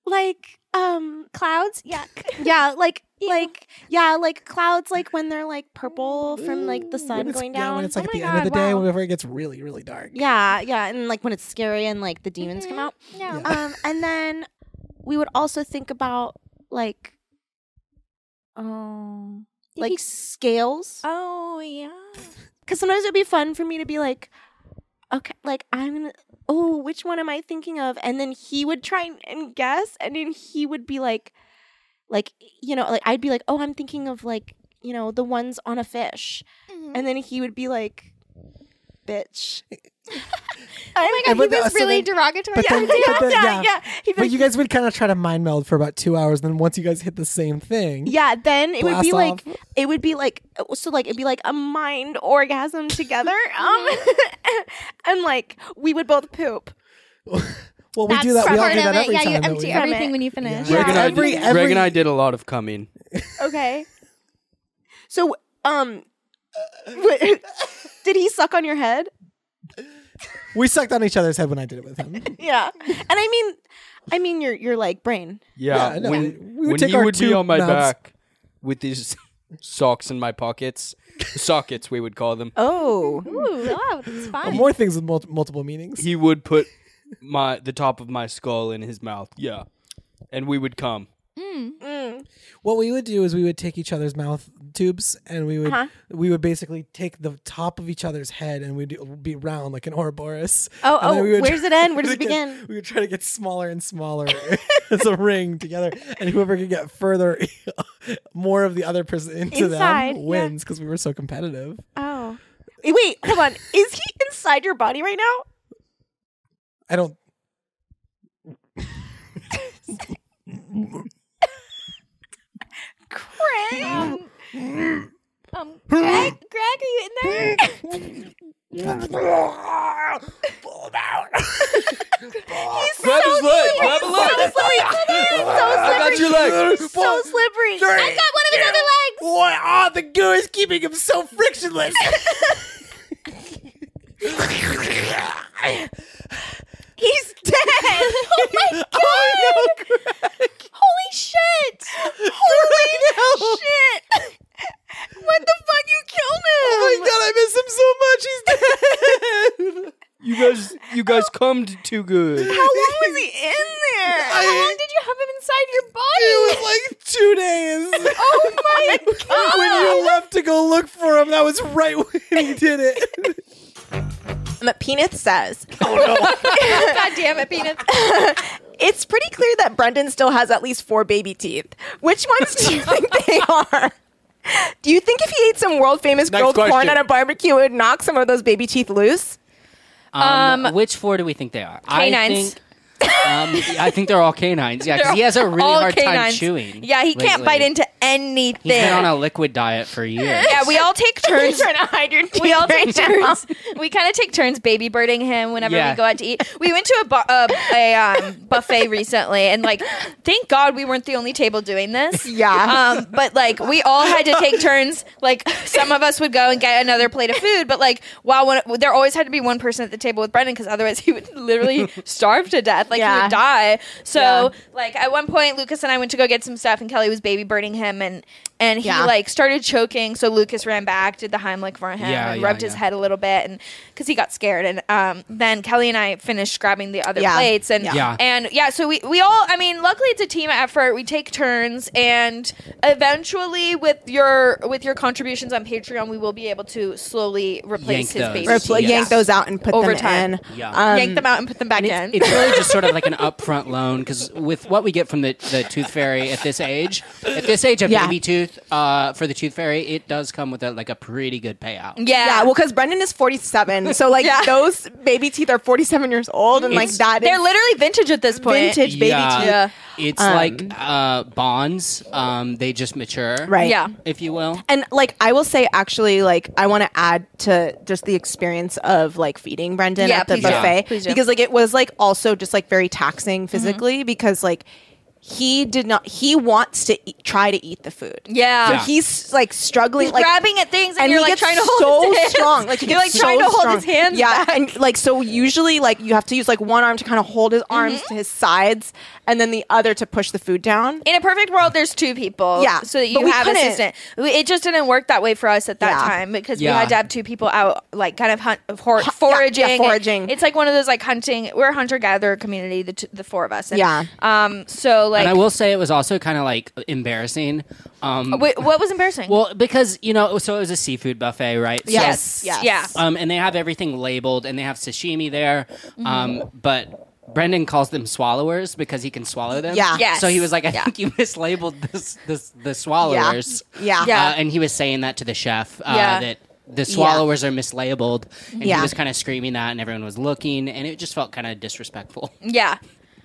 like um clouds. Yuck. (laughs) yeah, like like yeah, like clouds like when they're like purple from like the sun When it's- going Yeah, down. when it's like Oh at my the end of the God, day, wow. whenever it gets really, really dark. Yeah, yeah, and like when it's scary and like the demons come Mhm. out. No. Yeah. Um and then we would also think about like um Did like he- scales. oh yeah. because sometimes it'd be fun for me to be like, okay, like I'm gonna, oh, which one am I thinking of? And then he would try and, and guess, and then he would be like, like you know, like I'd be like, oh, I'm thinking of like you know the ones on a fish, Mm-hmm. and then he would be like, bitch. Oh my god, And but he the- was so really then- derogatory. but then- but then- yeah. (laughs) yeah. He'd be But like, you guys would kind of try to mind meld for about two hours, and then once you guys hit the same thing, yeah, then it would be Blast like it would be like so like it'd be like a mind (laughs) orgasm together, um, (laughs) and like we would both poop. well, we do that. We all do that every yeah, time. you don't empty we? everything From when you finish. Yeah. Reagan, I- Every- every- Reagan, I did a lot of coming. Okay. So, um, w- (laughs) did he suck on your head? We sucked on each other's head when I did it with (laughs) him. Yeah. And I mean, I mean your your like brain. Yeah, no, we would take our two knobs. with these socks in my pockets, sockets we would call them. Oh, Ooh, loud. It's fun. More things with mul- multiple meanings. He would put my the top of my skull in his mouth. Yeah, and we would come. What we would do is we would take each other's mouth tubes, and we Uh-huh. would we would basically take the top of each other's head, and we'd be round like an Ouroboros. Oh, And then oh, we would where's try- it (laughs) end? Where does it we would get- begin? We would try to get smaller and (laughs) smaller as a ring together, and whoever could get further, (laughs) more of the other person into Inside, yeah. them wins because we were so competitive. Oh. Eh, wait, Hold on. Is he inside your body right now? I don't. Um, um, Greg, Greg, are you in there? (laughs) Grab his leg. Grab a leg. I (laughs) got your leg. So slippery. I got one of his other legs. What? Oh, the goo is keeping him (laughs) so frictionless. He's dead. (laughs) oh my god. Holy shit. Holy shit. what the fuck? You killed him. Oh my god, I miss him so much. He's dead. You guys, you guys cummed too good. how long was he in there? I- How long did you have him inside your it body? was like two days. (laughs) oh my (laughs) god! when you left to go look for him, that was right (laughs) when he did it. Um, Peanuts says God damn it, (laughs) peanuts. it's pretty clear that Brendan still has at least four baby teeth. Which ones do you think they are? Do you think if he ate some world famous Next grilled corn question. at a barbecue, it would knock some of those baby teeth loose? Um, which four do we think they are? I Um, Canines. think Um, I think they're all canines. Yeah, because he has a really all hard time canines. chewing. Yeah, he can't lately. bite into anything. He's been on a liquid diet for years. (laughs) yeah, we all take turns. trying to hide your we all take turns. We kind of take turns baby birding him whenever Yeah. we go out to eat. We went to a, bu- a, a um, buffet recently, and like, thank God we weren't the only table doing this. Yeah. Um, but like, we all had to take turns. Like, some of us would go and get another plate of food, but like, while one, there always had to be one person at the table with Brendan because otherwise he would (laughs) literally starve to death. Like, he Yeah. would die. So Yeah. like, at one point, Lucas and I went to go get some stuff, and Kelly was baby birding him, and and he Yeah. like started choking. So Lucas ran back, did the Heimlich for him him Yeah, and yeah, rubbed his yeah. head a little bit and because he got scared and um, then kelly and i finished grabbing the other Yeah. plates and Yeah. Yeah. and yeah so we, we all i mean luckily it's a team effort we take turns and eventually with your with your contributions on patreon we will be able to slowly replace Yank his those. baby Repl- Yes. Yank those out and put Over them time. in. Yeah. Um, yank them out and put them back in And it's, it's really just sort of like an upfront loan because with what we get from the, the tooth fairy at this age, at this age, a Yeah. baby tooth uh, for the tooth fairy, it does come with a, like a pretty good payout. yeah, Yeah, well, because Brendan is 47, so (laughs) like Yeah. those baby teeth are 47 years old, and like It's- that they're is literally vintage at this point vintage baby Yeah. teeth. Yeah. It's Um, like uh, bonds; um, they just mature, Right. yeah If you will. And like I will say, actually, like I want to add to just the experience of like feeding Brendan Yeah, at the please do. buffet Please do. Mm-hmm. because like it was like also just like very taxing physically because like he did not he wants to eat, try to eat the food. Yeah. so Yeah. he's like struggling, like grabbing at things and, and you're he like gets trying to hold so his hands. (laughs) strong. Like he you're like gets trying so to hold strong. his hands Yeah, back. and like so usually like you have to use like one arm to kind of hold his arms Mm-hmm. to his sides, and then the other to push the food down. in a perfect world, there's two people. Yeah, So that but you we have couldn't. assistant. We- It just didn't work that way for us at that Yeah. time because we Yeah. had to have two people out, like kind of hunt, of hor- foraging. foraging. It's like one of those like hunting. We're a hunter gatherer community, the, t- the four of us. And, Yeah. Um. So like, Uh, and I will say it was also kind of like embarrassing. Um, wait, what was embarrassing? well, because you know, so it was a seafood buffet, right? So- yes. Yes. Yeah. Um, and they have everything labeled, and they have sashimi there. Mm-hmm. Um, but Brendan calls them swallowers because he can swallow them. Yeah. Yes. So he was like, "I Yeah. think you mislabeled this, this the swallowers." Yeah. Yeah. Uh, and he was saying that to the chef uh, Yeah. that the swallowers are mislabeled, and Yeah. he was kind of screaming that, and everyone was looking, and it just felt kind of disrespectful. Yeah.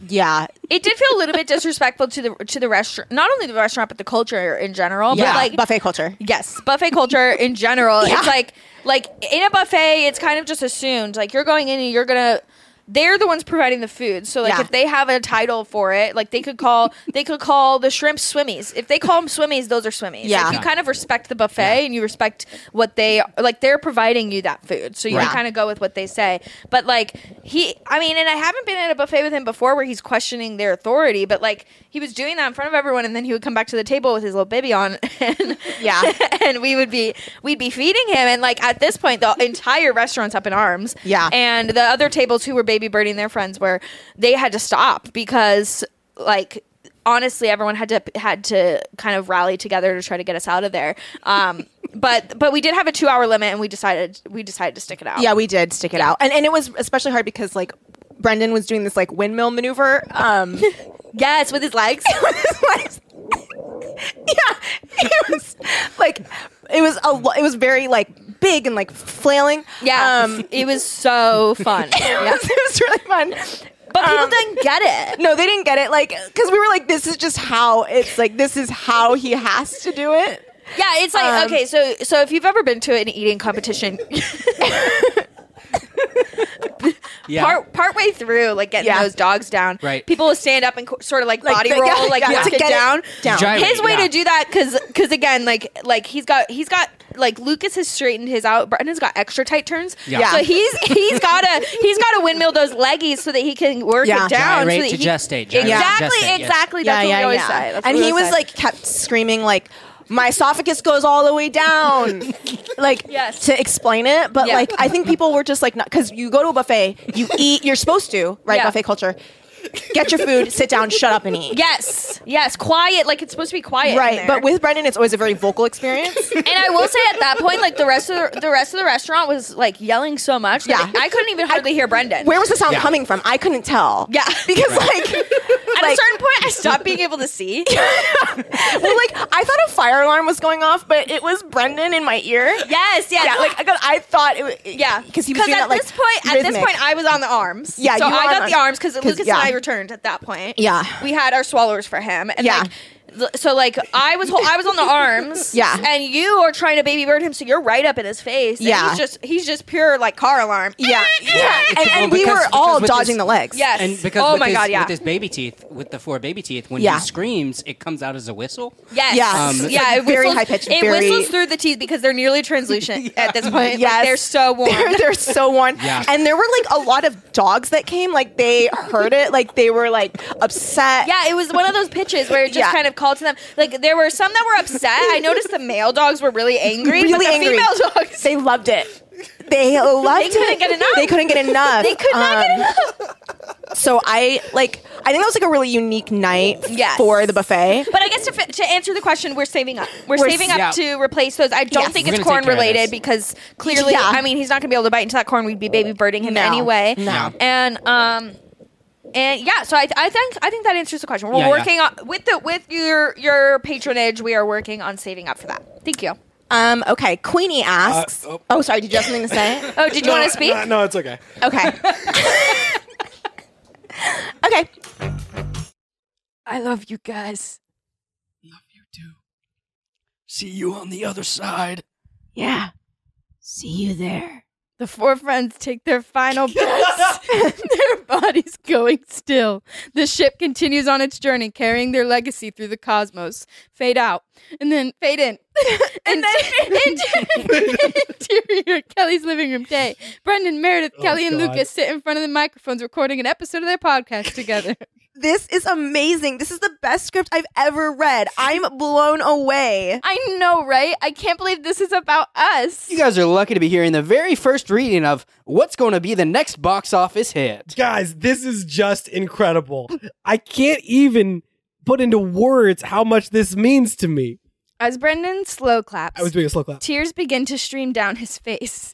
Yeah, It did feel a little bit disrespectful to the to the restaurant, not only the restaurant but the culture in general. yeah. But like, buffet culture. Yes, buffet culture in general. It's like like in a buffet, it's kind of just assumed like you're going in and you're gonna. They're the ones providing the food, so like Yeah. if they have a title for it, like they could call they could call the shrimp swimmies. If they call them swimmies, those are swimmies. Yeah. like, you kind of respect the buffet and you respect what they like. They're providing you that food, so you Right. kind of go with what they say. But like he, I mean, and I haven't been at a buffet with him before where he's questioning their authority, but like he was doing that in front of everyone, and then he would come back to the table with his little baby on, (laughs) and Yeah. (laughs) and we would be we'd be feeding him and like at this point the entire restaurant's up in arms Yeah. and the other tables who were baby birding their friends were they had to stop because like honestly everyone had to had to kind of rally together to try to get us out of there um (laughs) but but we did have a two hour limit and we decided we decided to stick it out Yeah, we did stick it out, and and it was especially hard because like Brendan was doing this like windmill maneuver. (laughs) Um, yes with his legs (laughs) with his legs. yeah, (laughs) it was like it was a lo- it was very like big and like flailing. yeah um, it was so fun (laughs) (laughs) it, Yeah. was, it was really fun. but people um, didn't get it No, they didn't get it. Like, because we were like, this is just how it's like. This is how he has to do it. yeah it's like Um, okay so so if you've ever been to an eating competition Yeah. part partway through, like getting Yeah. those dogs down, Right. People will stand up and co- sort of like, body the- roll, yeah, like yeah, knock to it get it down. down. Drive His it, way yeah. to do that, because because again, like like he's got he's got like Lucas has straightened his out. Brendan's got extra tight turns. Yeah. Yeah. So he's he's gotta he's gotta windmill those leggies so that he can work Yeah. it down. Gyrate so that to he, gestate, gyrate to Exactly, gestate, yes. exactly. That's what we always say. That's what and we he always was say. like kept screaming like my esophagus goes all the way down (laughs) like Yes. to explain it but Yeah. like i think people were just like not because you go to a buffet (laughs) you eat you're supposed to right Yeah. buffet culture get your food sit down shut up and eat yes, yes, quiet. Like it's supposed to be quiet, in right there. but with brendan it's always a very (laughs) vocal experience and I will say at that point, like the rest of the, the rest of the restaurant was like yelling so much that Yeah. I couldn't even hardly hear Brendan. where was the sound Yeah. coming from i couldn't tell Yeah. (laughs) because like At a like- certain point, I stopped being able to see. (laughs) well like i thought a fire alarm was going off but it was brendan in my ear yes, yes. yeah like, like 'cause i thought it was yeah, because he was doing at that like this point, at this rhythmic. point, I was on the arms. Yeah, so you were I on got the- the arms because Lucas yeah. and I returned at that point. Yeah. we had our swallowers for him, and Yeah. like. th- So like I was hol- I was on the arms, (laughs) Yeah. and you are trying to baby bird him, so you're right up in his face. and Yeah. he's just he's just pure like car alarm. (laughs) Yeah. Yeah, it's- "Eh, And, well, and we because- were all because with dodging this- the legs. Yes. And because oh with my his, god, yeah. with his baby teeth, with the four baby teeth, when Yeah. he screams, it comes out as a whistle. Yes. Yes. Um, yeah. Like, it very whistles- high-pitched, It very- whistles through the teeth because they're nearly translucent (laughs) at this point. Yes. Like, they're so warm. (laughs) (laughs) They're, they're so worn. Yeah. And there were like a lot of dogs that came. Like they heard it. Like they were like upset. yeah, it was one of those pitches where it just Yeah. kind of called to them. Like there were some that were upset. I noticed the male dogs were really angry. but Really the angry. Female dogs. They loved it. They loved it. couldn't get enough. They couldn't get enough. (laughs) Uh, They could not Um, get So I like. I think that was like a really unique night Yes. for the buffet. But I guess to, fi- to answer the question, we're saving up. We're, We're saving s- up yeah. to replace those. I don't Yes. think We're it's gonna corn take care of related this. because clearly, Yeah. I mean, he's not going to be able to bite into that corn. We'd be baby birding him No. anyway. No. And um, and yeah. So I, I think I think that answers the question. We're Yeah, yeah. working on with the with your your patronage. We are working on saving up for that. Thank you. Um. Okay. Queenie asks. Uh, oh. oh. sorry. Did you have something to say? Oh, did you want to speak? No, no, it's okay. okay. (laughs) okay. I love you guys. See you on the other side. Yeah. See you there. The four friends take their (laughs) final breaths, and their bodies going still. The ship continues on its journey, carrying their legacy through the cosmos. Fade out, and then fade in, (laughs) and then (laughs) interior Kelly's living room. Day. Brendan, Meredith, Kelly, and God. Lucas sit in front of the microphones, recording an episode of their podcast together. This is amazing. This is the best script I've ever read. I'm blown away. (laughs) I know, right? I can't believe this is about us. You guys are lucky to be hearing the very first reading of what's going to be the next box office hit. Guys, this is just incredible. I can't even put into words how much this means to me. As Brendan slow claps, I was doing a slow clap. tears begin to stream down his face.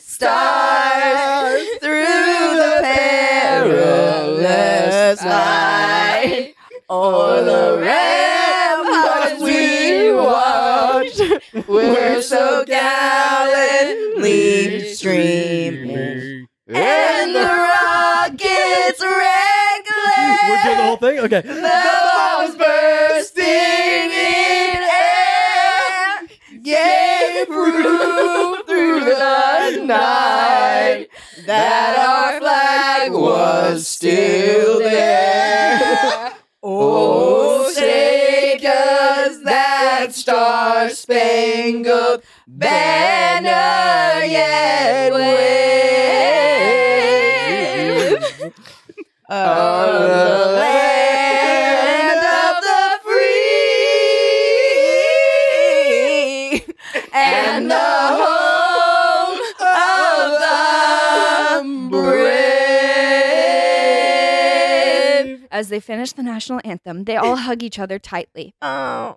stars through the perilous line, o'er the ramparts we watched were so gallantly streaming, and the rockets reckless. We're doing the whole (laughs) thing? Okay. The bombs bursting in air gave proof (laughs) through the night that our flag was still there. Oh, say does that star-spangled banner yet wave? of the land of the free and the home of the brave. As they finish the national anthem, they all hug each other tightly. Oh,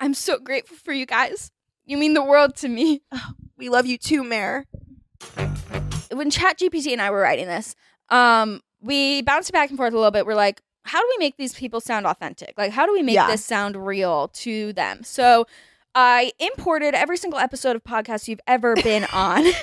I'm so grateful for you guys. You mean the world to me. we love you too, Mayor. when ChatGPT and I were writing this, um, we bounced back and forth a little bit. We're like, how do we make these people sound authentic? Like, how do we make Yeah. this sound real to them? So I imported every single episode of podcast you've (laughs) ever been on. (laughs) and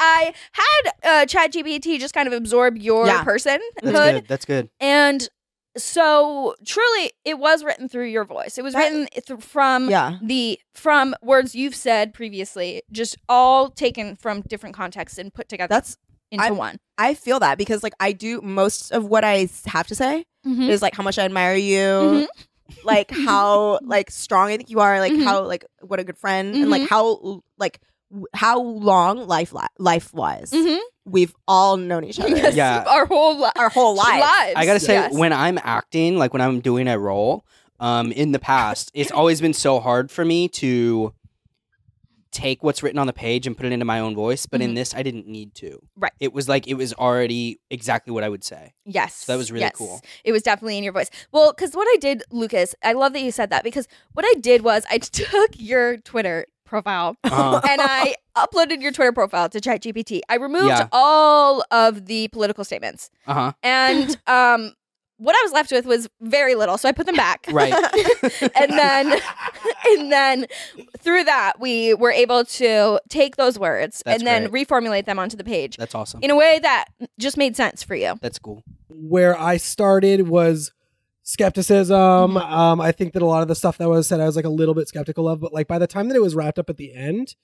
I had uh, ChatGPT just kind of absorb your Yeah. personhood. That's good. And so truly, it was written through your voice. It was That- written th- from Yeah. the from words you've said previously, just all taken from different contexts and put together That's into I- one. I feel that because like I do most of what I s- have to say (laughs) Mhm. is like how much I admire you, (laughs) like how like strong I think you are, like Mhm. how like what a good friend, and like how like w- how long life li- life was. Mhm. We've all known each other Yes, Yeah. our whole li- our whole lives. lives. I gotta say, yes. when I'm acting, like when I'm doing a role, um, in the past, it's always been so hard for me to take what's written on the page and put it into my own voice, but in this, I didn't need to. Mm-hmm. Right. It was like it was already exactly what I would say. Yes. So that was really yes. cool. It was definitely in your voice. Well, because what I did, Lucas, I love that you said that because what I did was I (laughs) took your Twitter profile (laughs) Uh-huh. and I (laughs) uploaded your Twitter profile to ChatGPT. I removed Yeah. all of the political statements. Uh huh. And um, what I was left with was very little. So I put them back. (laughs) Right. and then (laughs) and then through that we were able to take those words That's and then reformulate them onto the page That's awesome. in a way that just made sense for you. That's cool. where I started was skepticism. Mm-hmm. Um, I think that a lot of the stuff that was said, I was like a little bit skeptical of, but like by the time that it was wrapped up at the end,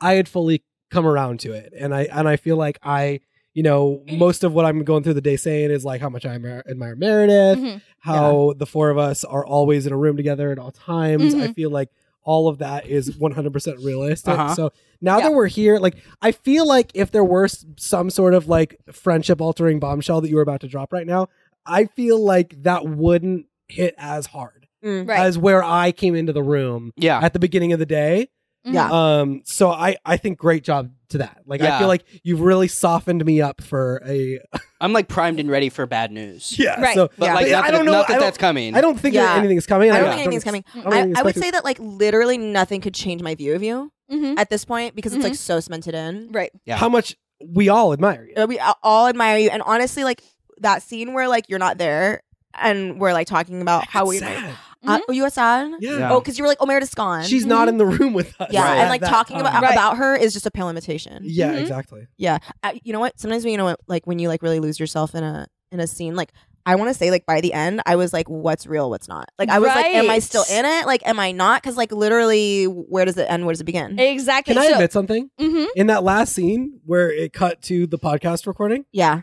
I had fully come around to it, and I and I feel like I, you know, most of what I'm going through the day saying is like how much I admire, admire Meredith, Mm-hmm. Mhm. how the four of us are always in a room together at all times. I Mm-hmm. Mhm. feel like all of that is 100% realistic. Uh-huh. So now Yeah. that we're here, like I feel like if there were s- some sort of like friendship altering bombshell that you were about to drop right now, I feel like that wouldn't hit as hard Right. as where I came into the room Yeah. at the beginning of the day. Yeah. Um so I I think great job to that. Like I Yeah. feel like you've really softened me up for a I'm like primed and ready for bad news. yeah. Right. So But Yeah. like, But yeah, not I that, don't know- not that I don't- that's coming. I don't think Yeah. that anything's coming. I don't Yeah. think anything's coming. don't I, really I would expect say that like literally nothing could change my view of you Mhm. at this point because it's Mhm. like so cemented in. Right. Yeah. How much we all admire you. Uh, We a- all admire you, and honestly, like that scene where like you're not there, and we're like talking about how we. Sad. Uh, oh, you were sad. Yeah. Yeah. Oh, because you were like, oh, Meredith's gone. She's not in the room with us. yeah, Right. and at like that um, talking time. about Mm-hmm. about her is just a pale imitation. Yeah, Mhm. exactly. Uh, you know what? Sometimes when you know what, like when you like really lose yourself in a in a scene, like I want to say, like by the end, I was like, what's real, what's not. Like I was like, am I Right. still in it? Like, am I not? Because like literally, where does it end? Where does it begin? Exactly. Can I so, admit something? Mm-hmm. Mhm. In that last scene where it cut to the podcast recording, yeah,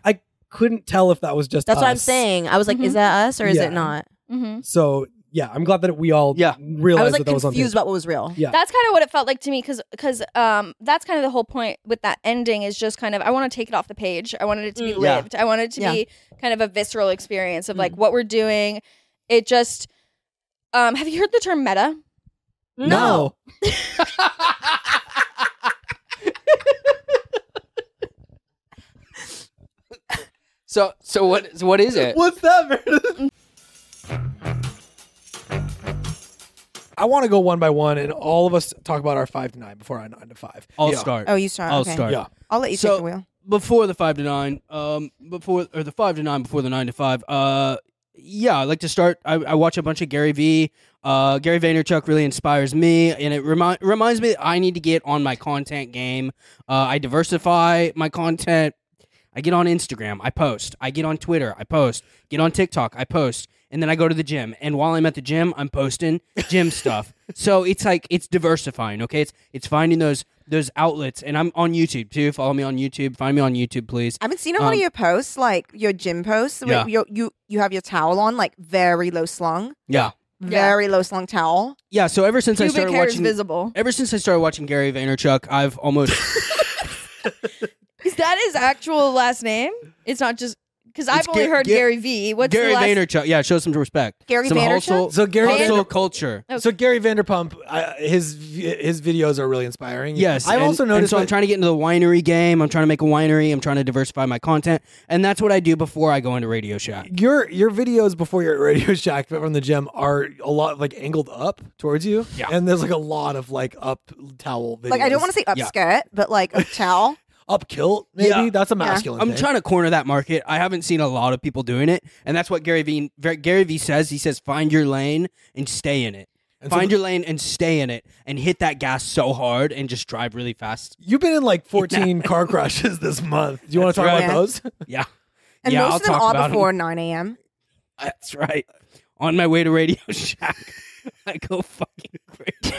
couldn't tell if that was just that's what I'm us. saying. I was like, is that us or is Yeah. it not? Mm-hmm. So yeah, I'm glad that we all Yeah. realized I was that like that was on confused tape. about what was real. (laughs) Yeah. That's kind of what it felt like to me because because um that's kind of the whole point with that ending is just kind of I want to take it off the page. I wanted it to be Mm. Yeah. lived. I wanted it to Yeah. be kind of a visceral experience of like Mm. what we're doing. It just um have you heard the term meta? No. so so what so what is it? What's that, Meredith? I want to go one by one, and all of us talk about our five to nine before our nine to five. I'll Yeah. start. Oh, you start. I'll okay. start. Yeah. I'll let you So- take the wheel. before the five to nine, um, before or the five to nine before the nine to five, uh, yeah, I like to start. I, I watch a bunch of Gary V. Uh, Gary Vaynerchuk really inspires me, and it remind, reminds me that I need to get on my content game. Uh, I diversify my content. I get on Instagram, I post. I get on Twitter, I post. Get on TikTok, I post. And then I go to the gym, and while I'm at the gym, I'm posting (laughs) gym stuff. So it's like it's diversifying. Okay, it's it's finding those those outlets, and I'm on YouTube too. Follow me on YouTube. Find me on YouTube, please. I haven't seen a lot Um, of your posts, like your gym posts. where Yeah. you- you you have your towel on, like very low slung, Yeah, very low slung towel. yeah. So ever since I Pubic started hair is watching, visible. ever since I started watching Gary Vaynerchuk, I've almost (laughs) (laughs) Is that his actual last name? It's not just because I've It's only Ga- heard Ga- Gary V. What's Gary the last? Vaynerchuk. Yeah, show some respect. Gary some Vaynerchuk? hustle- So Gary, hustle culture. so Gary Vanderpump, uh, his vi- his videos are really inspiring. Yes, I've and- also And noticed. so I'm that- trying to get into the winery game. I'm trying to make a winery. I'm trying to diversify my content, and that's what I do before I go into Radio Shack. your your videos before you're at Radio (laughs) Shack but from the gym are a lot like angled up towards you. Yeah. And there's like a lot of like up towel videos. Like I don't want to say Yeah. upskirt, but like a towel. up kilt, maybe. Yeah. That's a masculine I'm thing. trying to corner that market. I haven't seen a lot of people doing it, and that's what Gary V. Ver- Gary V. says. He says, "Find your lane and stay in it. And so Find your lane and stay in it, and hit that gas so hard and just drive really fast." (laughs) You've been in like 14 car (laughs) crashes this month. Do you want That's to talk right. about those? Yeah, And yeah. most I'll of them talk are about 'em. before 9 a.m. That's right. On my way to Radio (laughs) Shack, I go fucking crazy.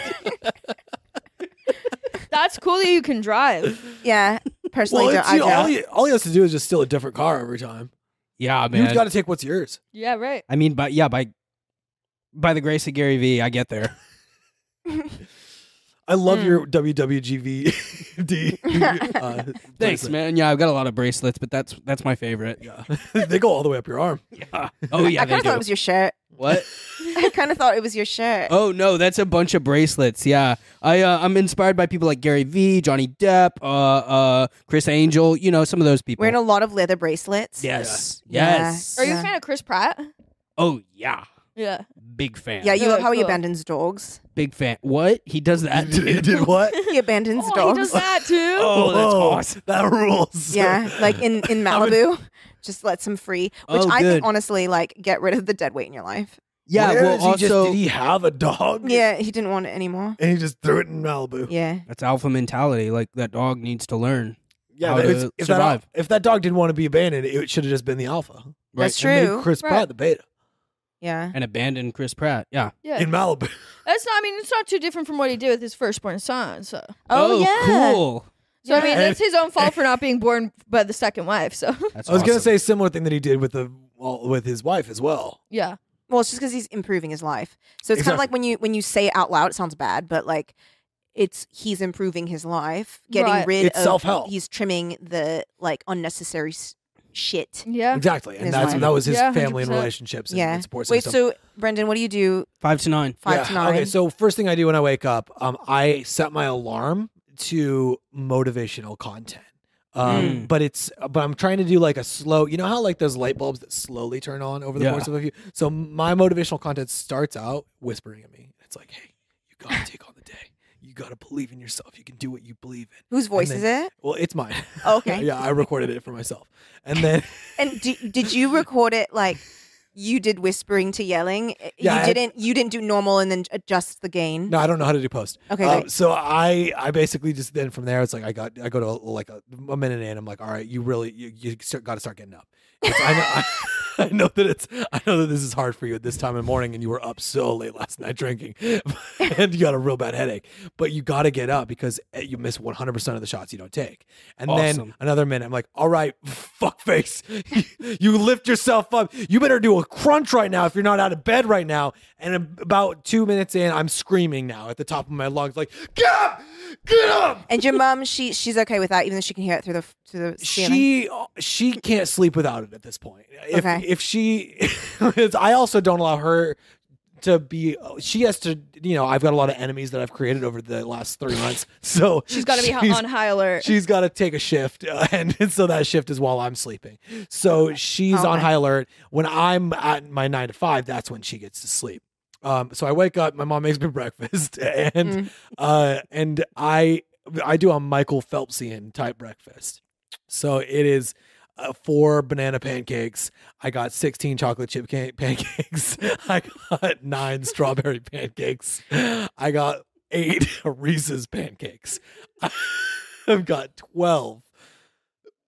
That's cool that you can drive. Yeah, personally, don't, it's, I you know, all, don't. you, all you have to do is just steal a different car every time. Yeah, man. You've got to take what's yours. yeah, right. I mean, by yeah, by by the grace of Gary V, I get there. I love Hmm. your (laughs) (laughs) WWGVD. uh, (laughs) Thanks, bracelet. man. Yeah, I've got a lot of bracelets, but that's that's my favorite. Yeah. (laughs) they go all the way up your arm. Yeah. (laughs) Oh yeah, I they kind of thought do. it was your shirt. (laughs) what? I kind of thought it was your shirt. Oh no, that's a bunch of bracelets. Yeah, I uh, I'm inspired by people like Gary Vee, Johnny Depp, uh, uh, Chris Angel. You know, some of those people. Wearing a lot of leather bracelets. yes, Yeah. yes. Yeah. Are you a Yeah. fan of Chris Pratt? Oh yeah, Yeah. big fan. Yeah, you Really love how he cool. (laughs) abandons dogs. big fan. What he does that? (laughs) Did, too. did what? He abandons Oh, dogs. he does that too. (laughs) Oh, that's awesome. That rules. (laughs) Yeah, (laughs) like in in would- Malibu, just lets him free. Which Oh, I good. think honestly, like, get rid of the dead weight in your life. Yeah. Where well, is he just- also did he have a dog? Yeah, he didn't want it anymore. And he just threw it in Malibu. Yeah, that's alpha mentality. Like that dog needs to learn. Yeah, How but to if, if that, survive. if that dog didn't want to be abandoned, it should have just been the alpha. that's And made true. Chris Right. Pratt the beta yeah, And abandon Chris Pratt. Yeah. yeah. in Malibu. That's not. I mean, it's not too different from what he did with his firstborn son. So, Oh, yeah. cool. so I mean, Yeah. that's his own fault for not being born by the second wife. So, (laughs) That's I was gonna awesome. say a similar thing that he did with the well, with his wife as well. yeah. well, it's just because he's improving his life. So it's kind of Exactly. like when you when you say it out loud, it sounds bad, but like. It's he's improving his life, getting Right. rid It's of self-help. He's trimming the like unnecessary s- shit. Yeah. Exactly, His and that's wife. that was his Yeah, family and 100%. relationships and, Yeah. and support Wait, system. so Brendan, what do you do five to nine. five Yeah. to nine? Okay, so first thing I do when I wake up, um, I set my alarm to motivational content. Um, Hmm. Mm. but it's but I'm trying to do like a slow. You know how like those light bulbs that slowly turn on over the Yeah. course of a few. So my motivational content starts out whispering at me. It's like, hey, you (laughs) gotta take on the day. You gotta believe in yourself. You can do what you believe in. Whose voice then- is it? Well, it's mine. (laughs) Oh, Okay. yeah, I recorded it for myself, and then And do, did you record it like you did whispering to yelling? Yeah, I- you didn't. you didn't do normal and then adjust the gain. No, I don't know how to do post. Mm-hmm. Okay, Um, great. so I, I basically just then from there, it's like I got, I go to like a, a minute in. I'm like, all right, you really, you, you got to start getting up. It's- I, (laughs) know, I, I know that it's, I know that this is hard for you at this time of the morning, and you were up so late last night drinking, (laughs) and you got a real bad headache. But you got to get up because eh, you miss 100 percent of the shots you don't take. And then Awesome. another minute, I'm like, all right, fuck face, (laughs) you lift yourself up. You better do a crunch right now if you're not out of bed right now. And ab- about two minutes in, I'm screaming now at the top of my lungs, like, get up, get up. And your mom, she she's okay with that, even though she can hear it through the through the ceiling. She she can't sleep without it at this point. If Okay. if she, (laughs) it's- I also don't allow her to be. She has to, you know. I've got a lot of enemies that I've created over the last three months, so She's got to be she's- on high alert. she's got to take a shift uh, (laughs) and, so that shift is while i'm sleeping so she's on Okay. high alert when i'm at my nine to five that's when she gets to sleep um, so i wake up my mom makes me (laughs) breakfast and uh, and i i do a michael phelpsian type breakfast so it is uh, four banana pancakes. I got 16 chocolate chip can- (laughs) pancakes. I got nine strawberry (laughs) pancakes. I got eight (laughs) Reese's pancakes. (laughs) I've got 12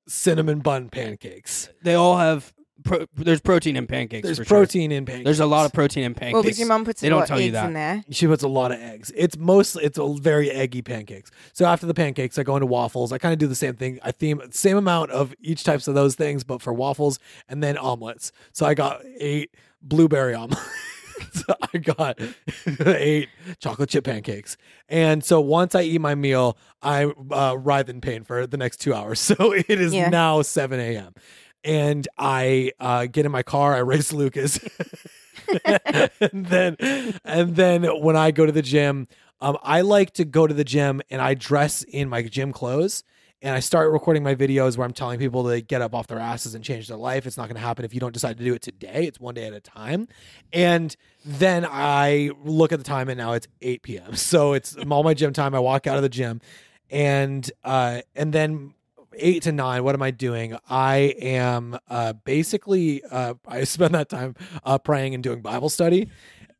cinnamon bun pancakes. They all have. Pro- there's protein in pancakes. There's for sure. protein in pancakes. There's a lot of protein in pancakes. well, because your mom puts they a don't lot of tell you eggs that. in there. She puts a lot of eggs. It's mostly it's a very eggy pancakes. So after the pancakes, I go into waffles. I kind of do the same thing. I theme same amount of each types of those things, but for waffles and then omelets. So I got eight blueberry omelets. (laughs) I got (laughs) eight chocolate chip pancakes. And so once I eat my meal, I uh, writhe in pain for the next two hours. (laughs) So it is Yeah. now 7 a.m. And I uh, get in my car, I race Lucas. (laughs) and then and then when I go to the gym, um, I like to go to the gym and I dress in my gym clothes and I start recording my videos where I'm telling people to get up off their asses and change their life. It's not going to happen if you don't decide to do it today. It's one day at a time. And then I look at the time and now it's 8 p.m. (laughs) So it's all my gym time. I walk out of the gym and uh, and then eight to nine, what am I doing? I am uh, basically uh, I (laughs) spend that time uh, praying and doing Bible study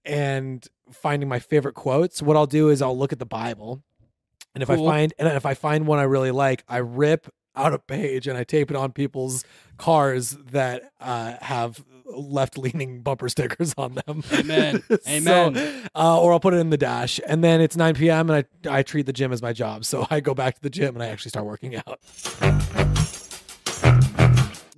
and finding my favorite quotes. What I'll do is I'll look at the Bible, and if Cool. I find and if I find one I really like, I rip out a page and I tape it on people's cars that uh, have left-leaning bumper (laughs) stickers on them. Amen. (laughs) So, Amen. uh, or I'll put it in the dash, and then it's 9 p.m. and I I treat the gym as my job, so I go back to the gym and I actually start working out.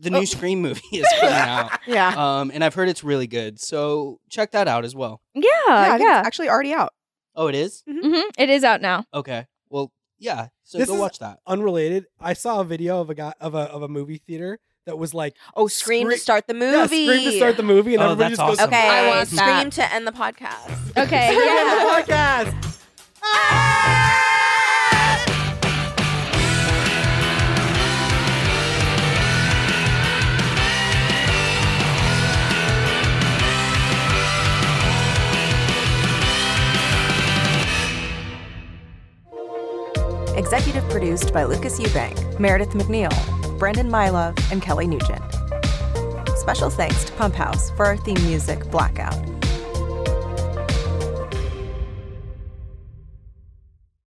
the new Scream movie is coming out. Yeah. Um, and I've heard it's really good. So check that out as well. Yeah. Uh, yeah, I think it's actually already out. Oh, it is? Mhm. hmm It is out now. Okay. Well, yeah. So This go is- watch that. Unrelated, I saw a video of a guy of a of a movie theater that was like Oh, scream to Scream- start the yeah, movie. scream to start the movie, and Oh, everybody that's just goes awesome. Okay, I want scream that. to end the podcast. (laughs) Okay. yeah. podcast. Executive produced by Lucas Eubank, Meredith McNeil, Brandon Mylove, and Kelly Nugent. Special thanks to Pump House for our theme music, Blackout.